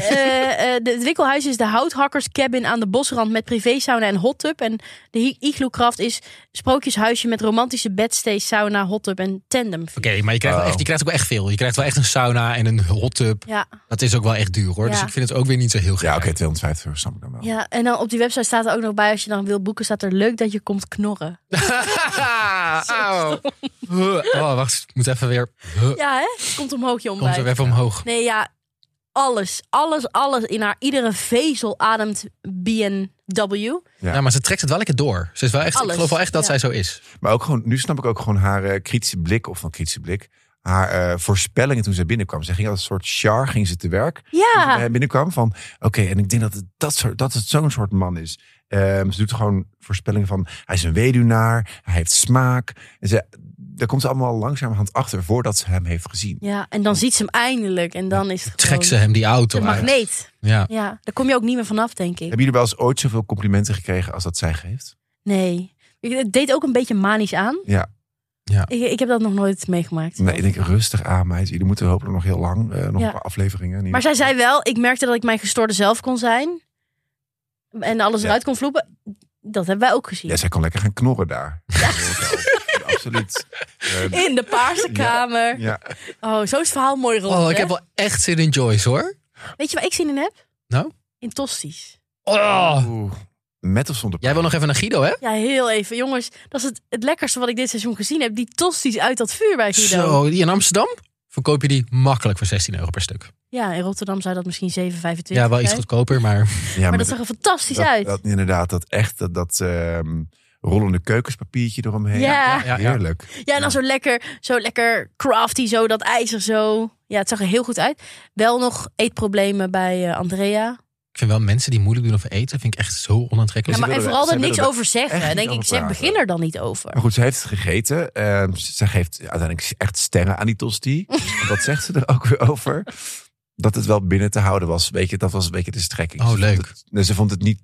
S2: eh, de, het Wikkelhuis is de houthakkers cabin aan de bosrand met privé sauna en hot tub. En de Hi- Iglo Kraft is sprookjeshuisje met romantische bedstay, sauna, hot tub en tandem.
S1: Oké, maar je krijgt, wel
S3: Oh.
S1: echt, je krijgt ook wel echt veel. Je krijgt wel echt een sauna en een hot tub.
S2: Ja.
S1: Dat is ook wel echt duur hoor. Dus
S2: Ja.
S1: ik vind het ook weer niet zo heel gek.
S3: Ja, oké,
S1: [laughs]
S3: 250 euro snap ik dan wel.
S1: Oh.
S2: ja, en dan op die website staat er ook nog bij als je dan wil boeken, staat er leuk dat je komt knorren.
S1: Auw. Oh, wacht. Ik moet even weer.
S2: Ja, hè? Komt omhoog je
S1: Komt
S2: ontbijt.
S1: er even omhoog.
S2: Nee, ja, alles, alles, alles in haar iedere vezel ademt BNW.
S3: Ja.
S1: Ja, maar ze trekt het wel lekker door. Ze is wel echt, ik
S2: Alles.
S1: geloof wel echt dat
S2: Ja.
S1: zij zo is.
S3: Maar ook gewoon, nu snap ik ook gewoon haar eh, kritische blik, of van kritische blik, haar eh, voorspellingen toen zij binnenkwam. Ze ging als een soort char, ging ze te werk. Toen ze
S2: Ja,
S3: bij haar binnenkwam van, oké, en ik denk dat het, dat soort, dat het zo'n soort man is. Ehm, ze doet gewoon voorspellingen van, hij is een weduwnaar, hij heeft smaak. En ze, daar komt ze allemaal langzamerhand achter voordat ze hem heeft gezien.
S2: ja, en dan ziet ze hem eindelijk en dan is het
S1: Trekt
S2: gewoon
S1: ze hem die auto
S2: de
S1: uit.
S2: magneet.
S1: Ja.
S2: Ja, daar kom je ook niet meer vanaf, denk ik.
S3: Hebben jullie wel eens ooit zoveel complimenten gekregen als dat zij geeft?
S2: Nee. Ik- Het deed ook een beetje manisch aan.
S3: Ja.
S1: Ja.
S2: Ik, ik heb dat nog nooit meegemaakt.
S3: Nee, ik denk rustig aan, meid. Jullie moeten hopelijk nog heel lang, eh, nog
S2: Ja.
S3: een paar afleveringen. in ieder
S2: Maar zij
S3: geval.
S2: zei wel, ik merkte dat ik mijn gestoorde zelf kon zijn. En alles
S3: Ja.
S2: eruit kon vloepen. Dat hebben wij ook gezien.
S3: Ja, zij kon lekker gaan knorren daar. Ja, [laughs] Absoluut. Eh,
S2: In de paarse
S3: Ja.
S2: kamer.
S3: ja.
S2: Oh, zo is het verhaal mooi rond.
S1: Oh, ik
S2: hè?
S1: heb wel echt zin in Joyce hoor.
S2: Weet je waar ik zin in heb?
S1: Nou?
S2: In tosties.
S1: Oh.
S3: Oeh. Met of zonder
S1: Jij wil nog even naar Guido, hè?
S2: Ja, heel even. Jongens, dat is het, het lekkerste wat ik dit seizoen gezien heb. Die tosties uit dat vuur bij Guido.
S1: Zo, die in Amsterdam verkoop je die makkelijk voor 16 euro per stuk.
S2: Ja, in Rotterdam zou dat misschien 7,25
S1: Ja, wel iets
S2: zijn.
S1: goedkoper, maar
S3: Ja,
S2: Maar
S3: met-
S2: dat zag er fantastisch
S3: dat-
S2: uit.
S3: dat- inderdaad, dat echt, dat, dat ehm, rollende keukenspapiertje eromheen.
S2: Ja.
S1: Ja, ja.
S3: Heerlijk.
S2: Ja, en dan zo lekker, zo lekker crafty, zo dat ijzer zo. Ja, het zag er heel goed uit. Wel nog eetproblemen bij eh, Andrea.
S1: ik vind wel mensen die moeilijk doen over eten, vind ik echt zo
S2: Ja,
S1: onaantrekkelijk.
S2: maar, en
S3: willen er-
S2: vooral
S3: ze
S2: er
S3: willen
S2: niks
S3: er
S2: over zeggen.
S3: echt
S2: Dan
S3: niet
S2: denk ik,
S3: over
S2: zeg,
S3: praten. Oh.
S2: begin er dan niet over.
S3: Maar goed, ze heeft het gegeten. Ehm, ze ze geeft uiteindelijk echt sterren aan die tosti. En Wat zegt ze er ook weer over? Dat het wel binnen te houden was. Weet je, dat was een beetje de strekking.
S1: Oh,
S3: Ze vond
S1: leuk.
S3: het- nee, ze vond het niet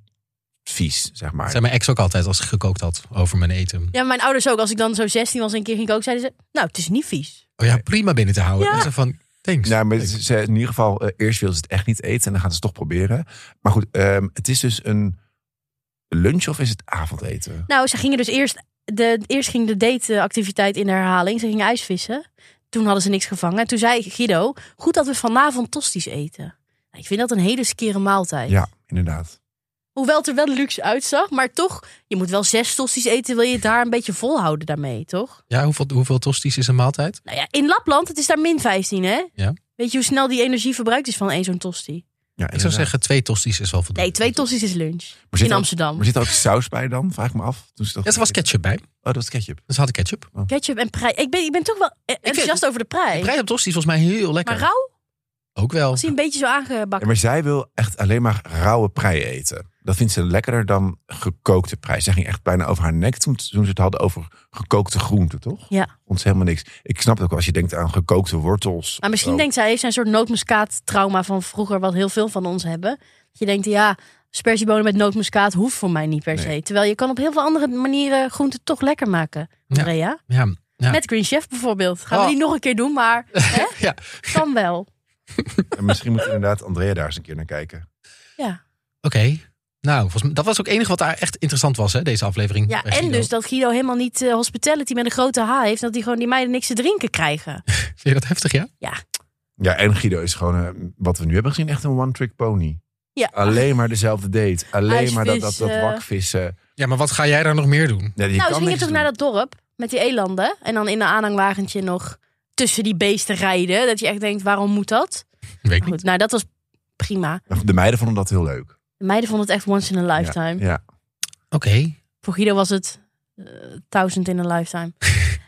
S3: vies, zeg maar.
S1: Dat zei mijn ex ook altijd als ze gekookt had over mijn eten.
S2: Ja, mijn ouders ook. Als ik dan zo 16 was en een keer ging koken, zeiden ze... Nou, het is niet vies.
S1: Oh ja, prima binnen te houden.
S2: Ja.
S1: En zo van, thanks.
S3: Ja, Nou, maar ze- ze- in ieder geval, eh, eerst wil ze het echt niet eten en dan gaan ze het toch proberen. Maar goed, ehm, het is dus een lunch of is het avondeten?
S2: Nou, ze gingen dus eerst... De, eerst ging de dateactiviteit in herhaling. Ze gingen ijsvissen. Toen hadden ze niks gevangen. En toen zei Guido, goed dat we vanavond tosties eten. Nou, Ik vind dat een hele skere maaltijd.
S3: Ja, inderdaad.
S2: Hoewel het er wel luxe uitzag, maar toch, je moet wel zes tosties eten, wil je het daar een beetje volhouden daarmee, toch?
S1: Ja, hoeveel, hoeveel tosti's is een maaltijd?
S2: Nou ja, in Lapland, het is daar min 15, hè?
S1: Ja.
S2: Weet je hoe snel die energie verbruikt is van één zo'n tosti?
S3: Ja,
S1: Ik zou zeggen, twee tosti's is wel voldoende.
S2: Nee, twee tosties is lunch.
S3: maar
S2: In
S3: zit, er ook,
S2: Amsterdam.
S3: maar zit er ook saus bij dan? Vraag ik me af. Toen ze dat
S1: Ja, er was ketchup bij.
S3: Oh, dat was ketchup.
S1: Dus ze hadden ketchup.
S2: Ketchup en prei. Ik ben, ik ben toch wel eh, enthousiast over de prei.
S1: De prijs op tosti's was volgens mij heel lekker.
S2: Maar rauw?
S1: ook wel.
S2: Was hij een beetje zo
S3: Ja,
S2: aangebakken?
S3: maar zij wil echt alleen maar rauwe prei eten. Dat vindt ze lekkerder dan gekookte prei. Zij ging echt bijna over haar nek toen, toen ze het hadden over gekookte groenten, toch?
S2: Ja.
S3: Vond ze helemaal niks. Ik snap het ook wel als je denkt aan gekookte wortels.
S2: Maar misschien
S3: Oh.
S2: denkt zij, heeft zij een soort nootmuskaat-trauma van vroeger, wat heel veel van ons hebben. Dat je denkt, ja, sperziebonen met nootmuskaat hoeft voor mij niet per
S3: Nee.
S2: se. Terwijl je kan op heel veel andere manieren groenten toch lekker maken,
S1: Ja.
S2: Andrea.
S1: Ja. Ja.
S2: Met Green Chef bijvoorbeeld. Gaan
S1: Oh.
S2: we die nog een keer doen, maar hè?
S1: Ja.
S2: kan wel.
S3: En misschien moet inderdaad Andrea daar eens een keer naar kijken.
S2: Ja,
S1: Oké. Nou, volgens mij, dat was ook het enige wat daar echt interessant was, hè, deze aflevering.
S2: ja
S1: Bij
S2: en
S1: Guido.
S2: dus dat Guido helemaal niet eh, hospitality met een grote H heeft. Dat die gewoon die meiden niks te drinken krijgen.
S1: Vind je dat heftig, ja?
S3: Ja, en Guido is gewoon, eh, wat we nu hebben gezien, echt een one-trick pony.
S2: Ja.
S3: Alleen maar dezelfde date. Alleen maar dat, dat, dat
S2: Ijsvissen.
S3: wakvissen.
S1: Ja, maar wat ga jij daar nog meer doen?
S3: Nee,
S2: nou,
S3: je kan
S2: ze gingen
S3: niks
S2: toch
S3: doen.
S2: naar dat dorp met die elanden. En dan in een aanhangwagentje nog tussen die beesten rijden. Dat je echt denkt, waarom moet dat?
S1: Weet ik
S2: Maar
S1: niet.
S2: goed, nou, dat was prima.
S3: De meiden vonden dat heel leuk.
S2: De meiden vonden het echt once in a lifetime.
S3: Ja.
S1: Oké.
S2: Voor Guido was het duizend in a lifetime.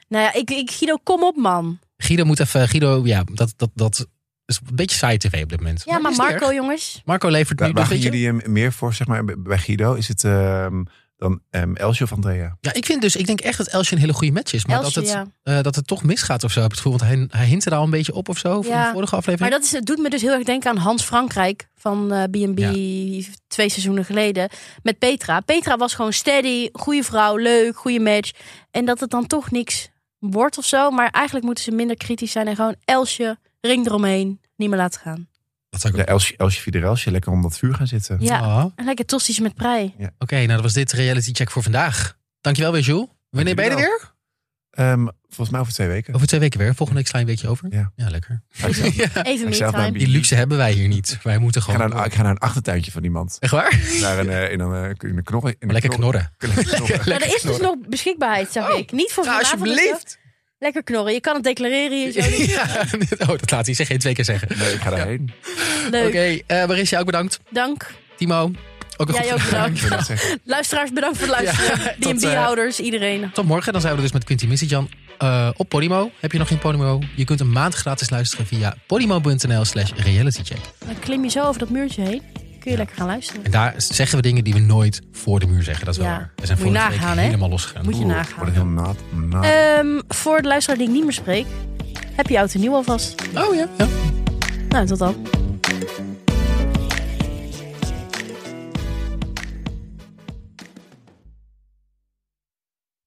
S2: nou ja, ik, ik, Guido, kom op man.
S1: Guido moet even... Guido, ja, dat, dat, dat is een beetje saai tv op dit moment.
S2: Ja, maar
S1: is niet
S2: Marco,
S1: erg.
S2: jongens.
S1: Marco levert nu
S3: Waar, waar
S1: dat
S3: gaan
S1: beetje...
S3: jullie hem meer voor, zeg maar, bij- bij Guido? Is het ehm, dan ehm Elsje of Andrea?
S1: Ja, ik vind dus... Ik denk echt dat Elsje een hele goede match is. Maar
S2: Elsje,
S1: dat, het,
S2: ja.
S1: eh, dat het toch misgaat of zo, heb ik het gevoel. Want hij, hij hint er al een beetje op of zo. Van
S2: Ja.
S1: de vorige
S2: Maar
S1: aflevering.
S2: dat is, het doet me dus heel erg denken aan Hans Frankrijk van eh, B&B twee seizoenen geleden met Petra. Petra was gewoon steady, goede vrouw, leuk, goede match. En dat het dan toch niks wordt of zo. Maar eigenlijk moeten ze minder kritisch zijn en gewoon Elsje, ring eromheen, niet meer laten gaan.
S1: Dat zou ik
S3: Ja,
S1: ook-
S3: Elsje, Elsje Fiderelsje, lekker om dat vuur gaan zitten.
S2: Ja,
S1: Ah.
S2: en lekker tosti's met prei.
S1: Oké, nou dat was dit reality check voor vandaag. Dankjewel weer, Jules. Wanneer ben je er
S3: Dankjewel.
S1: weer?
S3: Ehm, volgens mij over twee weken.
S1: Over twee weken weer. Volgende week sla je een weekje over.
S3: Ja.
S1: lekker.
S3: Ga ik zelf-
S1: [laughs] Ja.
S2: Even
S3: Ik zou
S2: me-time.
S3: bij-
S1: Die luxe hebben wij hier niet. Wij moeten
S3: ik, ga
S1: gewoon...
S3: naar een, ik ga naar een achtertuintje van iemand.
S1: Echt waar?
S3: Naar een, eh, in een, eh, in een knorren. in een
S1: Lekker
S3: knorren-
S1: knorren.
S3: Lekker knorren.
S1: [laughs]
S2: Maar er is dus nog beschikbaarheid, zag
S1: Oh.
S2: ik. Niet voor
S1: Nou,
S2: vanavond.
S1: alsjeblieft.
S2: Lekker knorren. Je kan het declareren. hier zo.
S1: [laughs] Ja, oh, dat laat hij zich geen twee keer zeggen.
S3: Nee, ik ga daarheen.
S2: Leuk.
S1: Oké, eh, Marisha, ook bedankt.
S2: Dank.
S1: Timo, ook een
S2: Jij
S1: goed
S2: ook
S1: gedaan.
S3: [laughs]
S2: bedankt.
S3: Ik wil dat zeggen.
S2: Luisteraars, bedankt voor het luisteren.
S1: tot, eh,
S2: B&B-houders, iedereen.
S1: Tot morgen, dan zijn we er dus met Quinty Missitjan eh op Podimo. Heb je nog geen Podimo? Je kunt een maand gratis luisteren via podimo.nl slash realitycheck.
S2: Dan klim je zo over dat muurtje heen. Kun je lekker gaan luisteren.
S1: En daar zeggen we dingen die we nooit voor de muur zeggen. Dat is wel
S2: Ja.
S1: waar. We zijn
S2: Moet je
S1: vorige week
S2: nagaan, hè?
S1: helemaal losgegaan.
S2: Moet je
S3: Oeh,
S2: nagaan.
S3: Wordt heel nat. nat.
S1: Eh,
S2: Ehm, voor de luisteraar die ik niet meer spreek, heb je oud en nieuw alvast.
S1: Oh ja. ja.
S2: Nou, tot dan.